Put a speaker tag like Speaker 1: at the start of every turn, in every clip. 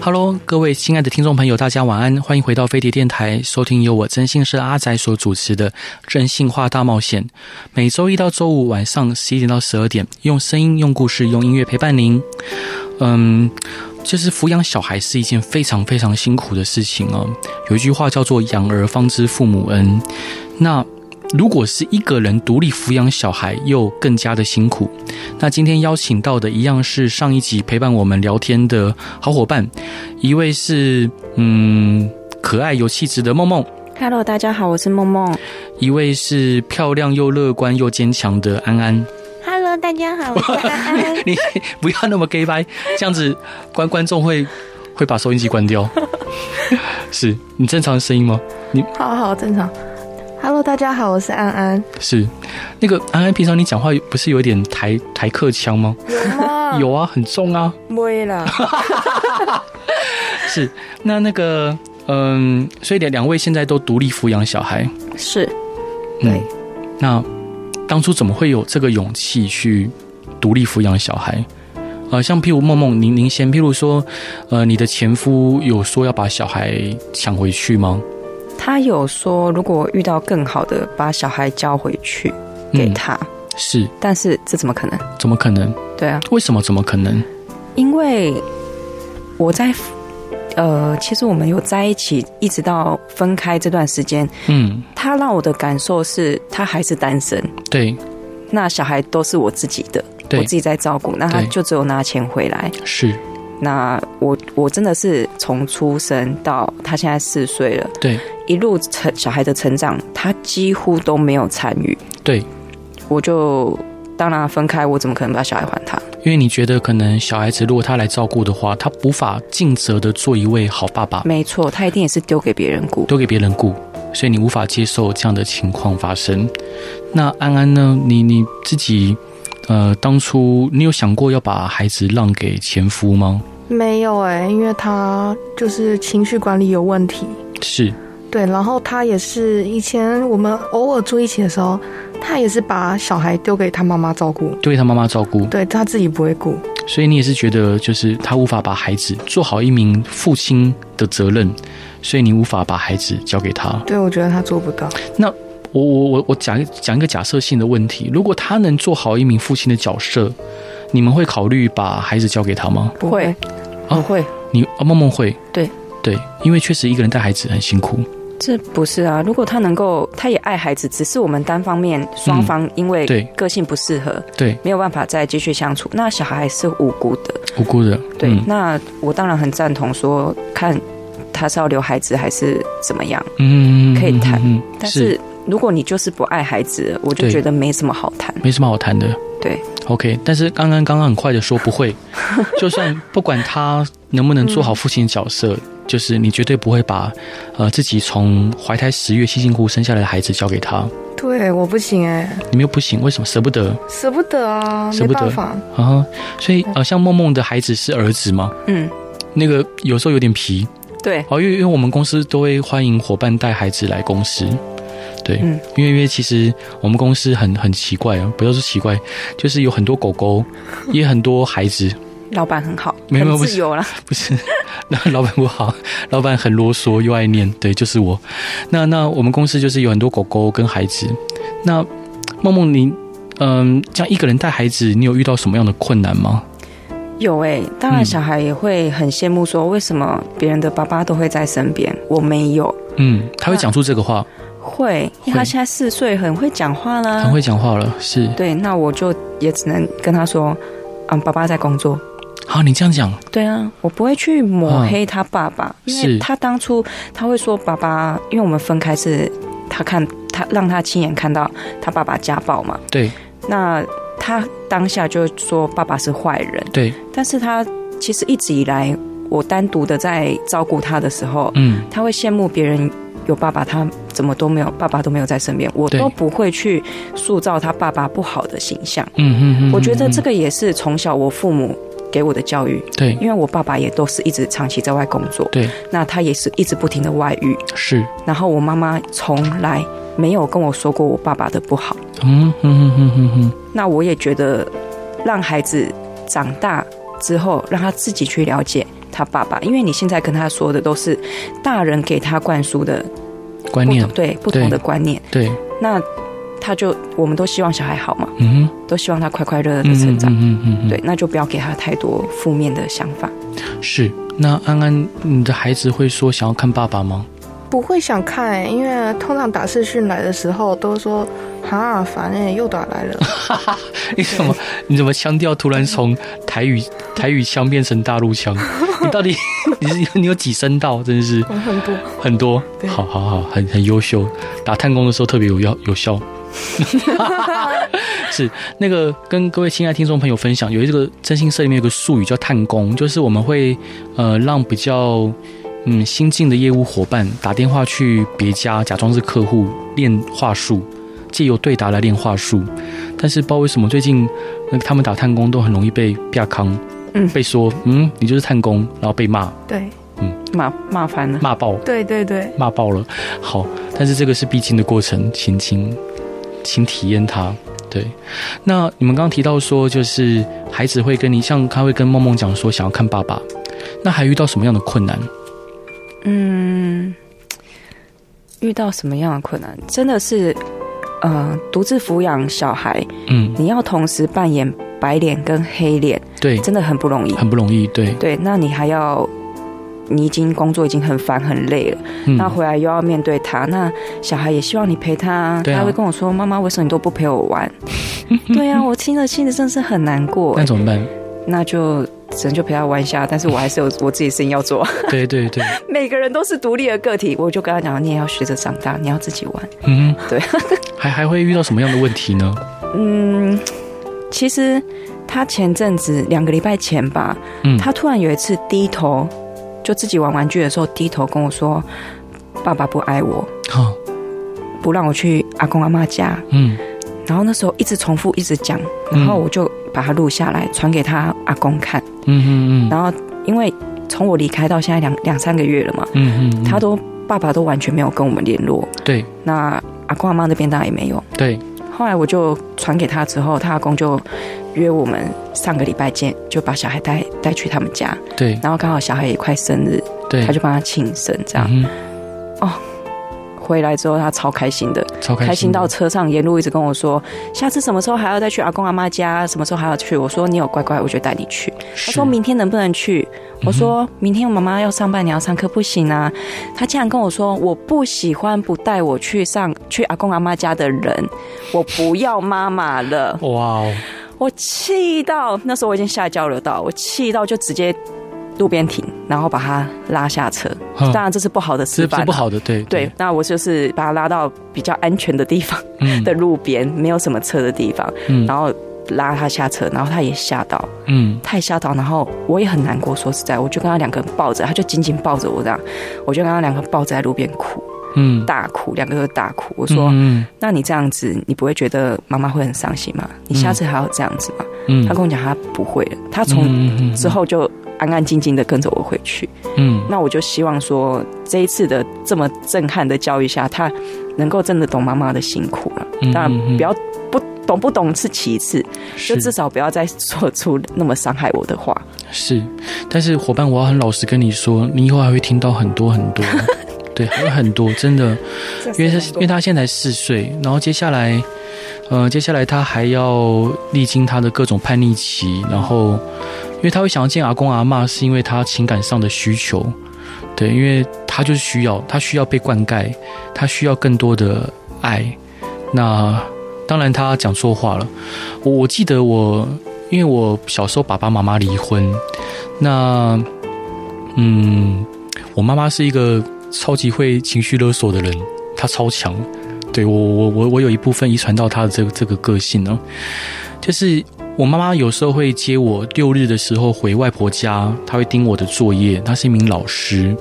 Speaker 1: Hello，各位亲爱的听众朋友，大家晚安，欢迎回到飞碟电台，收听由我真心社阿仔所主持的《真心话大冒险》，每周一到周五晚上十一点到十二点，用声音、用故事、用音乐陪伴您。嗯，就是抚养小孩是一件非常非常辛苦的事情哦。有一句话叫做“养儿方知父母恩”，那。如果是一个人独立抚养小孩，又更加的辛苦。那今天邀请到的一样是上一集陪伴我们聊天的好伙伴，一位是嗯可爱有气质的梦梦，
Speaker 2: Hello，大家好，我是梦梦。
Speaker 1: 一位是漂亮又乐观又坚强的安安。
Speaker 2: Hello，大家好，我 是安安。
Speaker 1: 你不要那么 gay 掰，这样子观观众会会把收音机关掉。 是你正常的声音吗？
Speaker 2: 好好，正常。Hello，大家好，我是安安。
Speaker 1: 是，那个安安平常你讲话不是有一点台台客腔吗？
Speaker 2: 有吗？
Speaker 1: 有啊，很重啊。
Speaker 2: 会啦。
Speaker 1: 是，那那个，嗯，所以两两位现在都独立抚养小孩，
Speaker 2: 是，
Speaker 1: 嗯
Speaker 2: 对，
Speaker 1: 那当初怎么会有这个勇气去独立抚养小孩？呃，像譬如梦梦，您您先，譬如说，呃，你的前夫有说要把小孩抢回去吗？
Speaker 2: 他有说，如果遇到更好的，把小孩交回去给
Speaker 1: 嗯、
Speaker 2: 他，
Speaker 1: 是，
Speaker 2: 但是这怎么可能？
Speaker 1: 怎么可能？
Speaker 2: 对啊，
Speaker 1: 为什么？怎么可能？
Speaker 2: 因为我在。呃，其实我们有在一起，一直到分开这段时间，
Speaker 1: 嗯，
Speaker 2: 他让我的感受是他还是单身，
Speaker 1: 对，
Speaker 2: 那小孩都是我自己的，我
Speaker 1: 对
Speaker 2: 自，己在照顾，那他
Speaker 1: 对
Speaker 2: 就只有拿钱回来，
Speaker 1: 是，
Speaker 2: 那我我真的是从出生到他现在四岁了，
Speaker 1: 对，
Speaker 2: 一路成小孩的成长，他几乎都没有参与。
Speaker 1: 对，
Speaker 2: 我就当然分开，我怎么可能把小孩还他？
Speaker 1: 因为你觉得可能小孩子如果他来照顾的话，他无法尽责的做一位好爸爸，
Speaker 2: 没错，他一定也是丢给别人顾。
Speaker 1: 都给别人顾，所以你无法接受这样的情况发生。那安安呢？你你自己，呃，当初你有想过要把孩子让给前夫吗？
Speaker 3: 没有哎、因为他就是情绪管理有问题。
Speaker 1: 是，
Speaker 3: 对，然后他也是以前我们偶尔住一起的时候，他也是把小孩丢给他妈妈照顾，
Speaker 1: 对他妈妈照顾，
Speaker 3: 对他自己不会顾。
Speaker 1: 所以你也是觉得就是他无法把孩子做好一名父亲的责任，所以你无法把孩子交给他。
Speaker 3: 对，我觉得他做不到。
Speaker 1: 我我我我讲一讲一个假设性的问题：如果他能做好一名父亲的角色，你们会考虑把孩子交给他吗？
Speaker 3: 不会，
Speaker 1: 哦
Speaker 2: 不会，
Speaker 1: 你啊，梦梦会，
Speaker 2: 对
Speaker 1: 对，因为确实一个人带孩子很辛苦。
Speaker 2: 这不是啊。如果他能够，他也爱孩子，只是我们单方面双方因为
Speaker 1: 嗯对
Speaker 2: 个性不适合，
Speaker 1: 对，
Speaker 2: 没有办法再继续相处，那小孩是无辜的。
Speaker 1: 无辜的，
Speaker 2: 对，
Speaker 1: 嗯
Speaker 2: 那我当然很赞同说，看他是要留孩子还是怎么样。
Speaker 1: 嗯，嗯
Speaker 2: 可以谈
Speaker 1: 嗯嗯
Speaker 2: 但是如果你就是不爱孩子，我就
Speaker 1: 对
Speaker 2: 觉得没什么好谈。
Speaker 1: 没什么好谈的。
Speaker 2: 对
Speaker 1: ，OK，但是刚刚刚刚很快的说不 会，就算不管他能不能做
Speaker 2: 嗯
Speaker 1: 好父亲的角色，就是你绝对不会把呃自己从怀胎十月辛辛苦苦生下来的孩子交给他，
Speaker 3: 对，我不行哎、
Speaker 1: 你们又不行，为什么舍不得
Speaker 3: 舍不得啊，
Speaker 1: 舍不得
Speaker 3: 没办法。
Speaker 1: 啊哈？所以呃，像梦梦的孩子是儿子吗？
Speaker 2: 嗯，
Speaker 1: 那个有时候有点皮
Speaker 2: 对，
Speaker 1: 哦，因为因为我们公司都会欢迎伙伴带孩子来公司，对，
Speaker 2: 嗯
Speaker 1: 因为因为其实我们公司很很奇怪啊，不要说奇怪，就是有很多狗 狗，也很多孩子，
Speaker 2: 老板很好，
Speaker 1: 没有
Speaker 2: 很
Speaker 1: 不
Speaker 2: 自
Speaker 1: 是
Speaker 2: 由啦。
Speaker 1: 不是， 那老板不好，老板很啰嗦又爱念，对，就是我。那那我们公司就是有很多狗狗跟孩子。那梦梦你，嗯，这样一个人带孩子，你有遇到什么样的困难吗？
Speaker 2: 有诶、当
Speaker 1: 嗯
Speaker 2: 然小孩也会很羡慕，说为什么别人的爸爸都会在身边，我没有。
Speaker 1: 嗯，他会讲出这个话，
Speaker 2: 会，
Speaker 1: 会
Speaker 2: 因为他现在四岁，很会讲话啦。
Speaker 1: 很会讲话了，是
Speaker 2: 对，那我就也只能跟他说，嗯，爸爸在工作。
Speaker 1: 好，你这样讲，
Speaker 2: 对啊，我不会去抹黑他爸爸，
Speaker 1: 嗯
Speaker 2: 因
Speaker 1: 是
Speaker 2: 为他当初他会说爸爸，因为我们分开是他看他让他亲眼看到他爸爸家暴嘛，
Speaker 1: 对
Speaker 2: 那他当下就说爸爸是坏人，
Speaker 1: 对，
Speaker 2: 但是他其实一直以来，我单独的在照顾他的时候，
Speaker 1: 嗯，
Speaker 2: 他会羡慕别人有爸爸，他怎么都没有爸爸都没有在身边，我
Speaker 1: 对
Speaker 2: 都不会去塑造他爸爸不好的形象。
Speaker 1: 嗯嗯嗯，
Speaker 2: 我觉得这
Speaker 1: 个
Speaker 2: 个也是从小我父母给我的教育，
Speaker 1: 对
Speaker 2: 因为我爸爸也都是一直长期在外工作，
Speaker 1: 对
Speaker 2: 那他也是一直不停的外遇，
Speaker 1: 是，
Speaker 2: 然后我妈妈从来没有跟我说过我爸爸的不好。
Speaker 1: 嗯嗯嗯嗯嗯嗯，
Speaker 2: 那我也觉得，让孩子长大之后，让他自己去了解他爸爸，因为你现在跟他说的都是大人给他灌输的
Speaker 1: 嗯观
Speaker 2: 不
Speaker 1: 念
Speaker 2: 同，对不同的观念，
Speaker 1: 对，
Speaker 2: 那他就我们都希望小孩好嘛，
Speaker 1: 嗯
Speaker 2: 都希望他快快乐乐
Speaker 1: 嗯
Speaker 2: 的成长。
Speaker 1: 嗯嗯嗯，
Speaker 2: 对，那就不要给他太多负面的想法。
Speaker 1: 嗯是。那安安，你的孩子会说想要看爸爸吗？
Speaker 3: 不会想看、欸，因为通常打视讯来的时候都说哈烦哎、又打来了。
Speaker 1: 你怎 么你怎么腔调突然从台语台语腔变成大陆腔？你到底 你是你有几声道？真是
Speaker 3: 我很多
Speaker 1: 很多，
Speaker 3: 对
Speaker 1: 好好好，很很优秀。打探工的时候特别有效有效。是那个跟各位亲爱听众朋友分享，有一个征信社里面有个术语叫探工，就是我们会呃让比较嗯新进的业务伙伴打电话去别家，假装是客户练话术，借由对答来练话术。但是不知道为什么最近、呃、他们打探工都很容易被啪康，
Speaker 2: 嗯
Speaker 1: 被说嗯你就是探工，然后被骂
Speaker 3: 对
Speaker 2: 麻麻烦了，
Speaker 1: 骂爆。
Speaker 3: 对对对，
Speaker 1: 骂爆了。好，但是这个是必经的过程，请请请体验它。对，那你们刚刚提到说，就是孩子会跟你，像他会跟梦梦讲说想要看爸爸，那还遇到什么样的困难？
Speaker 2: 嗯，遇到什么样的困难，真的是，呃，独自抚养小孩，
Speaker 1: 嗯，
Speaker 2: 你要同时扮演白脸跟黑脸，
Speaker 1: 对，
Speaker 2: 真的很不容易。
Speaker 1: 很不容易，对，
Speaker 2: 对，那你还要，你已经工作已经很烦很累了，
Speaker 1: 嗯
Speaker 2: 那，回来又要面对他，那小孩也希望你陪他，
Speaker 1: 对啊
Speaker 2: 他会跟我说：“妈妈，为什么你都不陪我玩？” 对啊，我听了心里真是很难过
Speaker 1: 那。怎么办？
Speaker 2: 那就只能就陪他玩一下，但是我还是有我自己事情要做。
Speaker 1: 对对对，
Speaker 2: 每个人都是独立的个体，我就跟他讲，你也要学着长大，你要自己玩。
Speaker 1: 嗯，
Speaker 2: 对，
Speaker 1: 还还会遇到什么样的问题呢？
Speaker 2: 嗯，其实他前阵子两个礼拜前吧，
Speaker 1: 嗯，
Speaker 2: 他突然有一次低头，就自己玩玩具的时候低头跟我说：“爸爸不爱我，
Speaker 1: 好、
Speaker 2: 不让我去阿公阿妈家。
Speaker 1: 嗯”
Speaker 2: 然后那时候一直重复，一直讲，
Speaker 1: 嗯
Speaker 2: 然后我就把它录下来，传给他阿公看。
Speaker 1: 嗯嗯嗯
Speaker 2: 然后因为从我离开到现在两两三个月了嘛，
Speaker 1: 嗯嗯，
Speaker 2: 他都爸爸都完全没有跟我们联络，
Speaker 1: 对
Speaker 2: 那阿公阿妈那边当然也没有。
Speaker 1: 对，
Speaker 2: 后来我就传给他之后，他阿公就约我们上个礼拜见，就把小孩带带去他们家，
Speaker 1: 对
Speaker 2: 然后刚好小孩也快生日，
Speaker 1: 对，
Speaker 2: 他就帮他庆生这样。
Speaker 1: 嗯
Speaker 2: 回来之后他超开心的，
Speaker 1: 哼超嗯开
Speaker 2: 开心
Speaker 1: 的
Speaker 2: 到车上沿路一直跟我说，下次什么时候还要再去阿公阿妈家，什么时候还要去？我说你有乖乖，我就带你去。他
Speaker 1: 是嗯
Speaker 2: 说明天能不能去？我说明天我妈妈要上班，你要上课不行啊。他竟然跟我说我不喜欢不带我去上去阿公阿妈家的人，我不要妈妈了。
Speaker 1: 哇哦，
Speaker 2: 我气到那时候我已经下交流道，我气到就直接路边停，然后把他拉下车。
Speaker 1: 哼
Speaker 2: 当然这是不好的示
Speaker 1: 这嗯
Speaker 2: 范、
Speaker 1: 这不。好嗯的，对
Speaker 2: 对，，那我就是把他拉到比较安全的地方
Speaker 1: 嗯
Speaker 2: 的路边，没有什么车的地方，
Speaker 1: 嗯
Speaker 2: 然后拉他下车，然后他也吓到，
Speaker 1: 嗯
Speaker 2: 太吓到，然后我也很难过。说实在，我就跟他两个人抱着，他就紧紧抱着我这样，我就跟他两个人抱着在路边哭，
Speaker 1: 嗯，
Speaker 2: 大哭，两个都大哭。我说：“
Speaker 1: 嗯
Speaker 2: 那你这样子，你不会觉得妈妈会很伤心吗？你下次还要这样子吗？”
Speaker 1: 嗯，
Speaker 2: 他跟我讲他不会了，他从
Speaker 1: 嗯
Speaker 2: 之后就安安静静的跟着我回去。
Speaker 1: 嗯
Speaker 2: 那我就希望说，这一次的这么震撼的教育下，他能够真的懂妈妈的辛苦了。
Speaker 1: 嗯
Speaker 2: 当然
Speaker 1: 嗯嗯，
Speaker 2: 不要不懂不懂是其次，就是至少不要再说出那么伤害我的话。
Speaker 1: 是，但是伙伴，我要很老实跟你说，你以后还会听到很多很 多，对，还有很多，真的，因为他因为他现在才四岁，然后接下来，呃，接下来他还要历经他的各种叛逆期，然后，因为他会想要见阿公阿嬷，是因为他情感上的需求，对，因为他就是需要，他需要被灌溉，他需要更多的爱。那当然，他讲错话了。我我记得我，因为我小时候爸爸妈妈离婚，那嗯，我妈妈是一个超级会情绪勒索的人，她超强。对我我我我有一部分遗传到她的这个这个个性呢、就是我妈妈有时候会接我六日的时候回外婆家，她会盯我的作业，她是一名老师。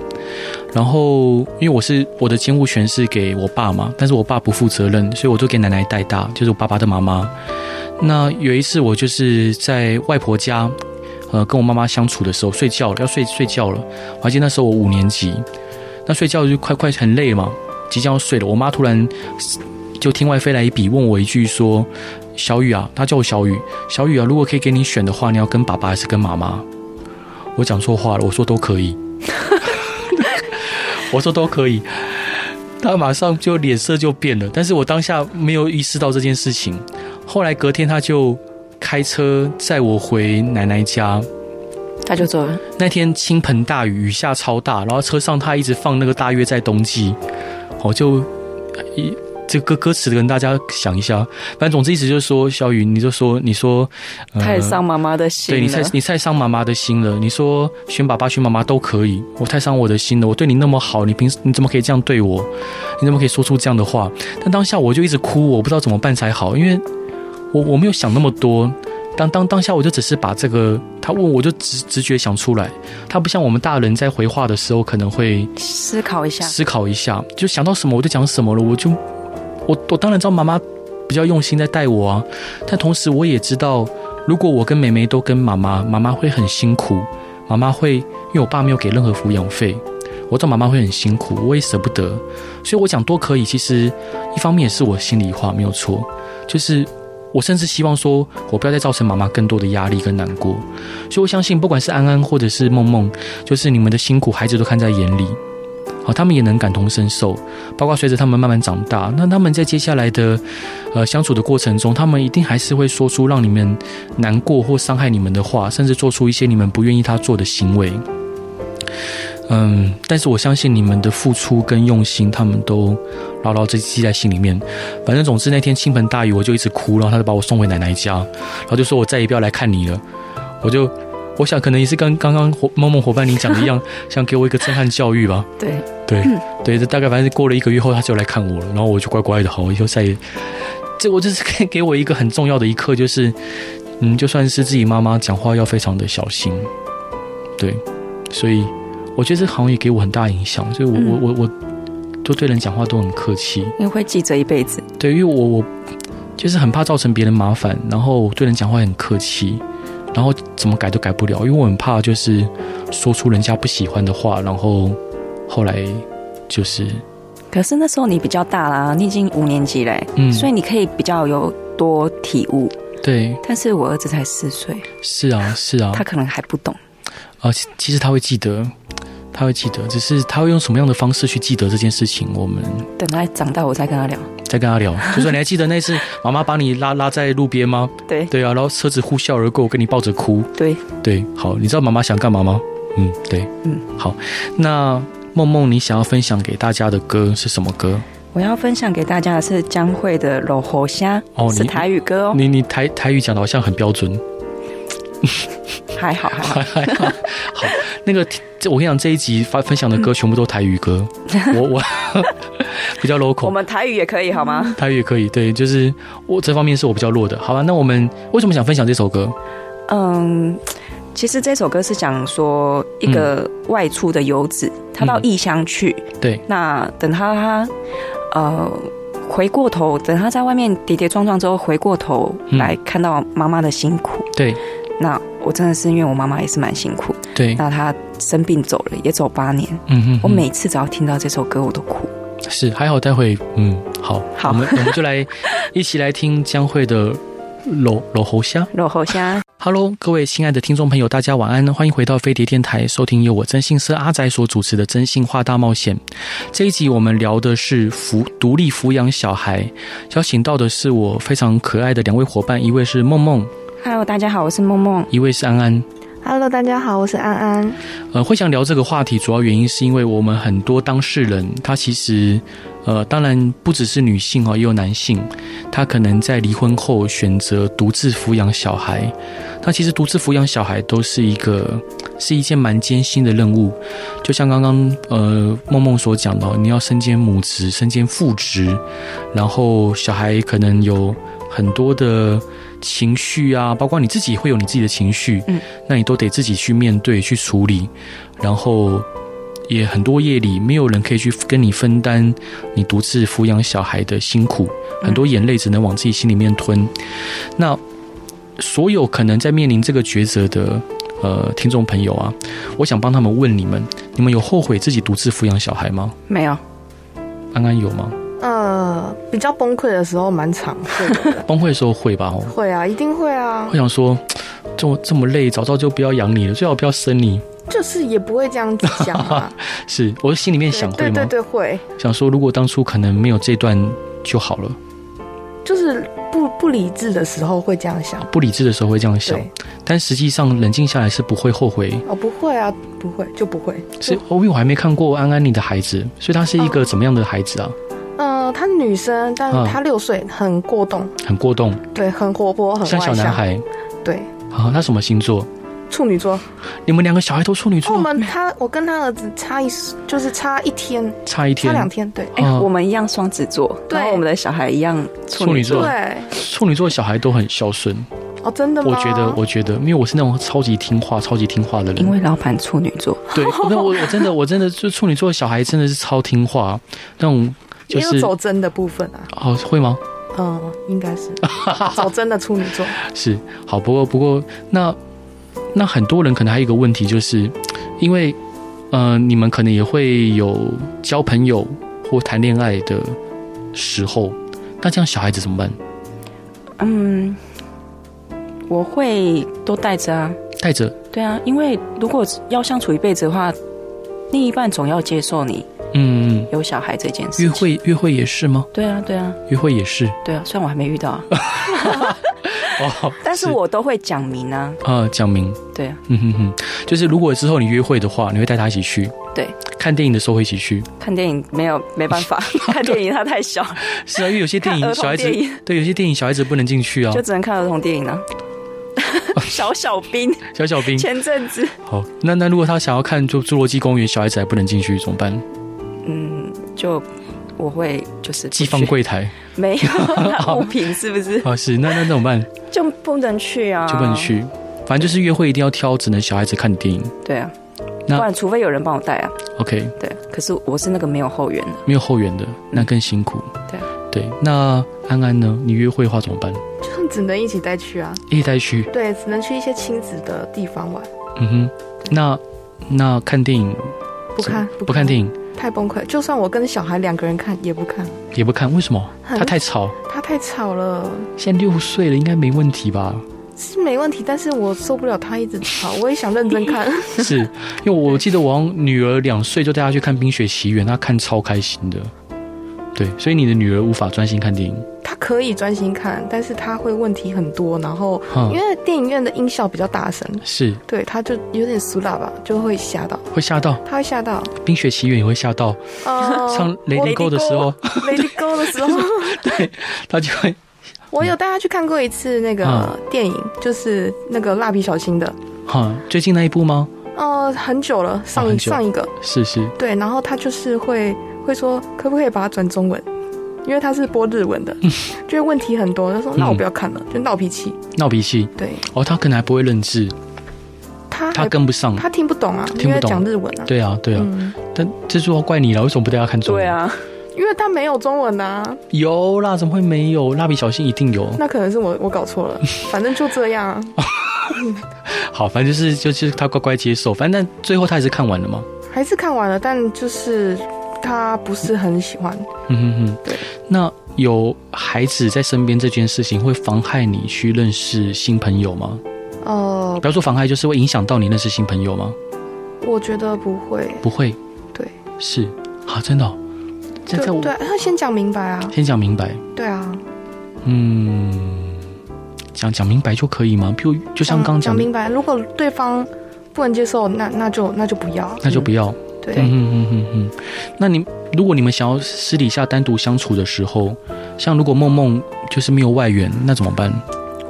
Speaker 1: 然后因为我是我的监护权是给我爸嘛，但是我爸不负责任，所以我就给奶奶带大，就是我爸爸的妈妈。那有一次我就是在外婆家，呃，跟我妈妈相处的时候睡觉了，要睡睡觉了。我还记得那时候我五年级，那睡觉就快快很累嘛，即将要睡了。我妈突然就天外飞来一笔，问我一句说：“小雨啊，她叫我小雨，小雨啊，如果可以给你选的话，你要跟爸爸还是跟妈妈？”我讲错话了，我说都可以， 我说都可以。她马上就脸色就变了，但是我当下没有意识到这件事情。后来隔天，他就开车载我回奶奶家。
Speaker 2: 他就走了。
Speaker 1: 那天倾盆大雨，雨下超大，然后车上他一直放那个《大约在冬季》，我就呃一这个歌词跟大家想一下。反正总之意思就是说，小雨，你就说，你说，呃
Speaker 2: 太伤妈妈的心
Speaker 1: 对
Speaker 2: 了。
Speaker 1: 你太你太伤妈妈的心了。你说选爸爸选妈妈都可以，我太伤我的心了。我对你那么好，你平时你怎么可以这样对我？你怎么可以说出这样的话？但当下我就一直哭，我不知道怎么办才好，因为我我没有想那么多。当当当下我就只是把这个他问我就直直觉想出来，他不像我们大人在回话的时候可能会
Speaker 2: 思考一下，
Speaker 1: 思考一下，就想到什么我就讲什么了。我就我我当然知道妈妈比较用心在带我啊，但同时我也知道，如果我跟妹妹都跟妈妈，妈妈会很辛苦，妈妈会因为我爸没有给任何抚养费，我知道妈妈会很辛苦，我也舍不得，所以我讲多可以，其实一方面也是我心里话，没有错，就是。我甚至希望说，我不要再造成妈妈更多的压力跟难过，所以我相信，不管是安安或者是梦梦，就是你们的辛苦，孩子都看在眼里，好，他们也能感同身受。包括随着他们慢慢长大，那他们在接下来的呃相处的过程中，他们一定还是会说出让你们难过或伤害你们的话，甚至做出一些你们不愿意他做的行为。嗯，但是我相信你们的付出跟用心，他们都牢牢地记在心里面。反正总之那天倾盆大雨，我就一直哭，然后他就把我送回奶奶家，然后就说我再也不要来看你了。我就我想可能也是跟刚刚伙梦梦伙伴你讲的一样，想给我一个震撼教育吧。
Speaker 2: 对，
Speaker 1: 对、对，这大概反正过了一个月后，他就来看我了，然后我就乖乖的，好，我以后再也，这我这是 给给我一个很重要的一课，就是，嗯，就算是自己妈妈讲话要非常的小心，对，所以我觉得这好像也给我很大影响，所以我、我我我就对人讲话都很客气，
Speaker 2: 因为会记着一辈子。
Speaker 1: 对，因为我我就是很怕造成别人麻烦，然后对人讲话也很客气，然后怎么改都改不了，因为我很怕就是说出人家不喜欢的话，然后后来就是
Speaker 2: 可是那时候你比较大啦，你已经五年级嘞，
Speaker 1: 嗯，
Speaker 2: 所以你可以比较有多体悟。
Speaker 1: 对，
Speaker 2: 但是我儿子才四岁，
Speaker 1: 是啊是啊，
Speaker 2: 他可能还不懂。
Speaker 1: 啊、其其实他会记得，他会记得，只是他会用什么样的方式去记得这件事情，我们
Speaker 2: 等他长大，我再跟他聊。
Speaker 1: 再跟他 聊。就说你还记得那次妈妈把你拉拉在路边吗？
Speaker 2: 对
Speaker 1: 对啊，然后车子呼啸而过，跟你抱着哭。
Speaker 2: 对，
Speaker 1: 对，好，你知道妈妈想干嘛吗？嗯，对，
Speaker 2: 嗯，
Speaker 1: 好。那梦梦，你想要分享给大家的歌是什么歌？
Speaker 2: 我要分享给大家的是江蕙的《老猴虾》，
Speaker 1: 哦
Speaker 2: 是
Speaker 1: 你
Speaker 2: 台语歌哦，
Speaker 1: 你你台台语讲的好像很标准，
Speaker 2: 还好还好。
Speaker 1: 还 好。好，那个这我跟你讲，这一集发分享的歌全部都台语歌，我我 比较 local
Speaker 2: 嗯我。们台语也可以好吗？
Speaker 1: 台语也可以，对，就是我这方面是我比较弱的。好吧，那我们为什么想分享这首歌？
Speaker 2: 嗯，其实这首歌是讲说一个外出的游子，他到异乡去，
Speaker 1: 嗯对，
Speaker 2: 那等他他呃回过头，等他在外面跌跌撞撞之后回过头
Speaker 1: 嗯
Speaker 2: 来看到妈妈的辛苦，
Speaker 1: 对，
Speaker 2: 那我真的是因为我妈妈也是蛮辛苦，
Speaker 1: 对，
Speaker 2: 那她生病走了也走八年，
Speaker 1: 嗯哼，
Speaker 2: 我每次只要听到这首歌我都哭。
Speaker 1: 是还好，待会嗯，好，
Speaker 2: 好
Speaker 1: 我们我们就 来一起来听江蕙的《搂搂猴虾》。
Speaker 2: 然后现在
Speaker 1: Hello，各位亲爱的听众朋友，大家晚安，欢迎回到飞碟电台，收听由我真心社阿仔所主持的《真心话大冒险》。这一集我们聊的是抚独立抚养小孩，邀请到的是我非常可爱的两位伙伴，一位是梦梦，
Speaker 2: ，Hello，大家好，我是梦梦。
Speaker 1: 一位是安安。
Speaker 3: Hello，大家好，我是安安。
Speaker 1: 呃，会想聊这个话题，主要原因是因为我们很多当事人，他其实，呃，当然不只是女性哦，也有男性，他可能在离婚后选择独自抚养小孩。那其实独自抚养小孩都是一个，是一件蛮艰辛的任务。就像刚刚呃梦梦所讲的哦，你要身兼母职、身兼父职，然后小孩可能有很多的情绪啊，包括你自己会有你自己的情绪，
Speaker 2: 嗯，
Speaker 1: 那你都得自己去面对、去处理。然后也很多夜里没有人可以去跟你分担你独自抚养小孩的辛苦，
Speaker 3: 嗯
Speaker 1: 很多眼泪只能往自己心里面吞。那所有可能在面临这个抉择的呃听众朋友啊，我想帮他们问你们：你们有后悔自己独自抚养小孩吗？
Speaker 2: 没有，
Speaker 1: 安安有吗？
Speaker 3: 呃，比较崩溃的时候蛮常会的
Speaker 1: 崩溃的时候会吧？哦，
Speaker 3: 会啊，一定会啊
Speaker 1: 会，想说这么这么累，早知道就不要养你了，最好不要生你。
Speaker 3: 就是也不会这样子讲啊。
Speaker 1: 是我心里面想 会
Speaker 3: 对
Speaker 1: 吗？
Speaker 3: 对对，会，
Speaker 1: 想说如果当初可能没有这段就好了。
Speaker 3: 就是不不理智的时候会这样想。
Speaker 1: 不理智的时候会这样想
Speaker 3: 对，，
Speaker 1: 但实际上冷静下来是不会后悔。
Speaker 3: 哦，不会啊，不会就不会。
Speaker 1: 是，哦因为我还没看过安安你的孩子，所以他是一个怎么样的孩子啊？
Speaker 3: 呃，她是女生，但
Speaker 1: 嗯
Speaker 3: 是她六岁，很过动，
Speaker 1: 很过动，
Speaker 3: 对，很活泼，哦很
Speaker 1: 像
Speaker 3: 外
Speaker 1: 小男
Speaker 3: 向，
Speaker 1: 孩。
Speaker 3: 对，
Speaker 1: 啊，他什么星座？
Speaker 3: 处女座。哦
Speaker 1: 你们两个小孩都处女
Speaker 3: 我
Speaker 1: 座，
Speaker 3: 们她，我跟她儿子差一，就是差一天，
Speaker 1: 差一
Speaker 3: 差
Speaker 1: 天。
Speaker 3: 两天，对，
Speaker 2: 哎、
Speaker 1: 啊
Speaker 2: 我们一样双子座，
Speaker 3: 对
Speaker 2: 然后我们的小孩一样处
Speaker 1: 处女
Speaker 2: 女
Speaker 1: 座
Speaker 2: 座，
Speaker 3: 对，
Speaker 1: 处女座小孩都很孝顺，
Speaker 3: 哦，真的吗？
Speaker 1: 我觉得，我觉得，因为我是那种超级听话、超级听话的人
Speaker 2: 因。为老板处女座，
Speaker 1: 对，那我我真的我真的就处女座小孩真的是超听话，那种就
Speaker 3: 也有
Speaker 1: 是
Speaker 3: 走真的部分啊。
Speaker 1: 哦会吗？
Speaker 3: 嗯，应 该是找真的处女座，
Speaker 1: 是好，不过不过那那很多人可能还有一个问题，就是因为呃，你们可能也会有交朋友或谈恋爱的时候，那这样小孩子怎么办？
Speaker 2: 嗯，我会都带着啊，
Speaker 1: 带着
Speaker 2: 对啊，因为如果要相处一辈子的话，另一半总要接受你
Speaker 1: 嗯，
Speaker 2: 有小孩这件事情。
Speaker 1: 约，会约会也是吗？
Speaker 2: 对啊，对啊，
Speaker 1: 约会也 是
Speaker 2: 对啊，虽然我还没遇到 啊，
Speaker 1: 哦，
Speaker 2: 但是我都会讲明啊，
Speaker 1: 啊，讲明，
Speaker 2: 对啊，
Speaker 1: 嗯哼哼，就是如果之后你约会的话，你会带他一起去，
Speaker 2: 对，
Speaker 1: 看电影的时候会一起去，
Speaker 2: 看电影没有没办 法，看电影它太小，
Speaker 1: 是啊，因为有些电
Speaker 2: 看
Speaker 1: 影
Speaker 2: 儿
Speaker 1: 小孩
Speaker 2: 童
Speaker 1: 子
Speaker 2: 电影
Speaker 1: 对有些电影小孩子不能进去啊
Speaker 2: 就，只能看儿童电 影啊。小小兵
Speaker 1: 小小兵。
Speaker 2: 前阵子，
Speaker 1: 好，那那如果他想要看就《侏罗纪公园》，小孩子还不能进去怎么办？
Speaker 2: 嗯，就我会就是
Speaker 1: 寄放柜台
Speaker 2: 没有那物品是不是
Speaker 1: 啊，是那那那怎么办？
Speaker 2: 就不能去啊？
Speaker 1: 就不能，去。反正就是约会一定要挑只能小孩子看的电影。
Speaker 2: 对啊，不
Speaker 1: 那
Speaker 2: 然除非有人帮我带啊，
Speaker 1: OK，
Speaker 2: 对啊。可是我是那个没有后援的，
Speaker 1: 没有后援的那更辛苦。
Speaker 2: 对
Speaker 1: 对，那安安呢？你约会的话怎么办？
Speaker 3: 就是只能一起带去啊。
Speaker 1: 一起带去，
Speaker 3: 对，只能去一些亲子的地方玩，
Speaker 1: 嗯哼。那那看电影
Speaker 3: 不看
Speaker 1: 不看电影
Speaker 3: 影太崩溃。就算我跟小孩两个人看也不看，
Speaker 1: 也不看，为什么？
Speaker 3: 很
Speaker 1: 他太吵。
Speaker 3: 他太吵了，
Speaker 1: 现在六岁了，应该没问题吧？
Speaker 3: 是没问题，但是我受不了他一直吵，我也想认 真看。
Speaker 1: 是因为我记得我好像女儿两岁就带她去看《冰雪奇缘》，她看超开心的。对，所以你的女儿无法专心看电影，
Speaker 3: 他可以专心看，但是他会问题很多，然后
Speaker 1: 哈、
Speaker 3: 因为电影院的音效比较大声，
Speaker 1: 是
Speaker 3: 对，他就有点苏喇吧，就会吓到，
Speaker 1: 会吓到，
Speaker 3: 他会 吓到。
Speaker 1: 《冰雪奇缘》也会吓到。
Speaker 3: 呃，
Speaker 1: 唱《雷
Speaker 3: 我
Speaker 1: 迪沟》的时候，
Speaker 3: Lady Go 的时 候，
Speaker 1: 对， 她就会
Speaker 3: 我有带他去看过一次那个
Speaker 1: 嗯
Speaker 3: 电影，就是那个蜡笔小新的，
Speaker 1: 哈、最近那一部吗？
Speaker 3: 呃，很久了，上、
Speaker 1: 哦很久
Speaker 3: 上一个，
Speaker 1: 是是，
Speaker 3: 对，然后他就是会会说，可不可以把它转中文？因为他是播日文的，
Speaker 1: 嗯
Speaker 3: 就是问题很多，就说那我不要看了，就闹脾气。
Speaker 1: 闹脾气
Speaker 3: 对
Speaker 1: 哦，她可能还不会认字，
Speaker 3: 他还
Speaker 1: 她跟不上。
Speaker 3: 他听不懂啊，
Speaker 1: 听
Speaker 3: 因
Speaker 1: 不
Speaker 3: 为
Speaker 1: 懂
Speaker 3: 讲日文啊。
Speaker 1: 对啊，对啊，
Speaker 3: 嗯，
Speaker 1: 但这就要怪你了，为什么不带她看中文？
Speaker 2: 对，啊，
Speaker 3: 因为他没有中文啊，
Speaker 1: 有啦，怎么会没有？蜡笔小新一定有。
Speaker 3: 那可能是我我搞错了，反正就这样 啊，
Speaker 1: 好，反正就是就是她乖乖接受，反正但最后她还是看完了嘛。
Speaker 3: 还是看完了，但就是他不是很喜欢。
Speaker 1: 嗯哼哼，
Speaker 3: 对。
Speaker 1: 那有孩子在身边这件事情会妨害你去认识新朋友吗？
Speaker 3: 呃
Speaker 1: 不，要说妨害，就是会影响到你认识新朋友吗？
Speaker 3: 我觉得不会，
Speaker 1: 不会。
Speaker 3: 对。
Speaker 1: 是啊，真的、哦。在在
Speaker 3: 对
Speaker 1: 我
Speaker 3: 对，他先讲明白啊，
Speaker 1: 先讲明白，
Speaker 3: 对啊，
Speaker 1: 嗯，讲讲明白就可以吗？譬如就像刚刚
Speaker 3: 嗯讲
Speaker 1: 讲的，
Speaker 3: 明白，如果对方不能接受，那那就那就不要，
Speaker 1: 那就不要。
Speaker 3: 对。
Speaker 1: 嗯嗯嗯嗯嗯。那你如果你们想要私底下单独相处的时候，像如果梦梦就是没有外援，那怎么办？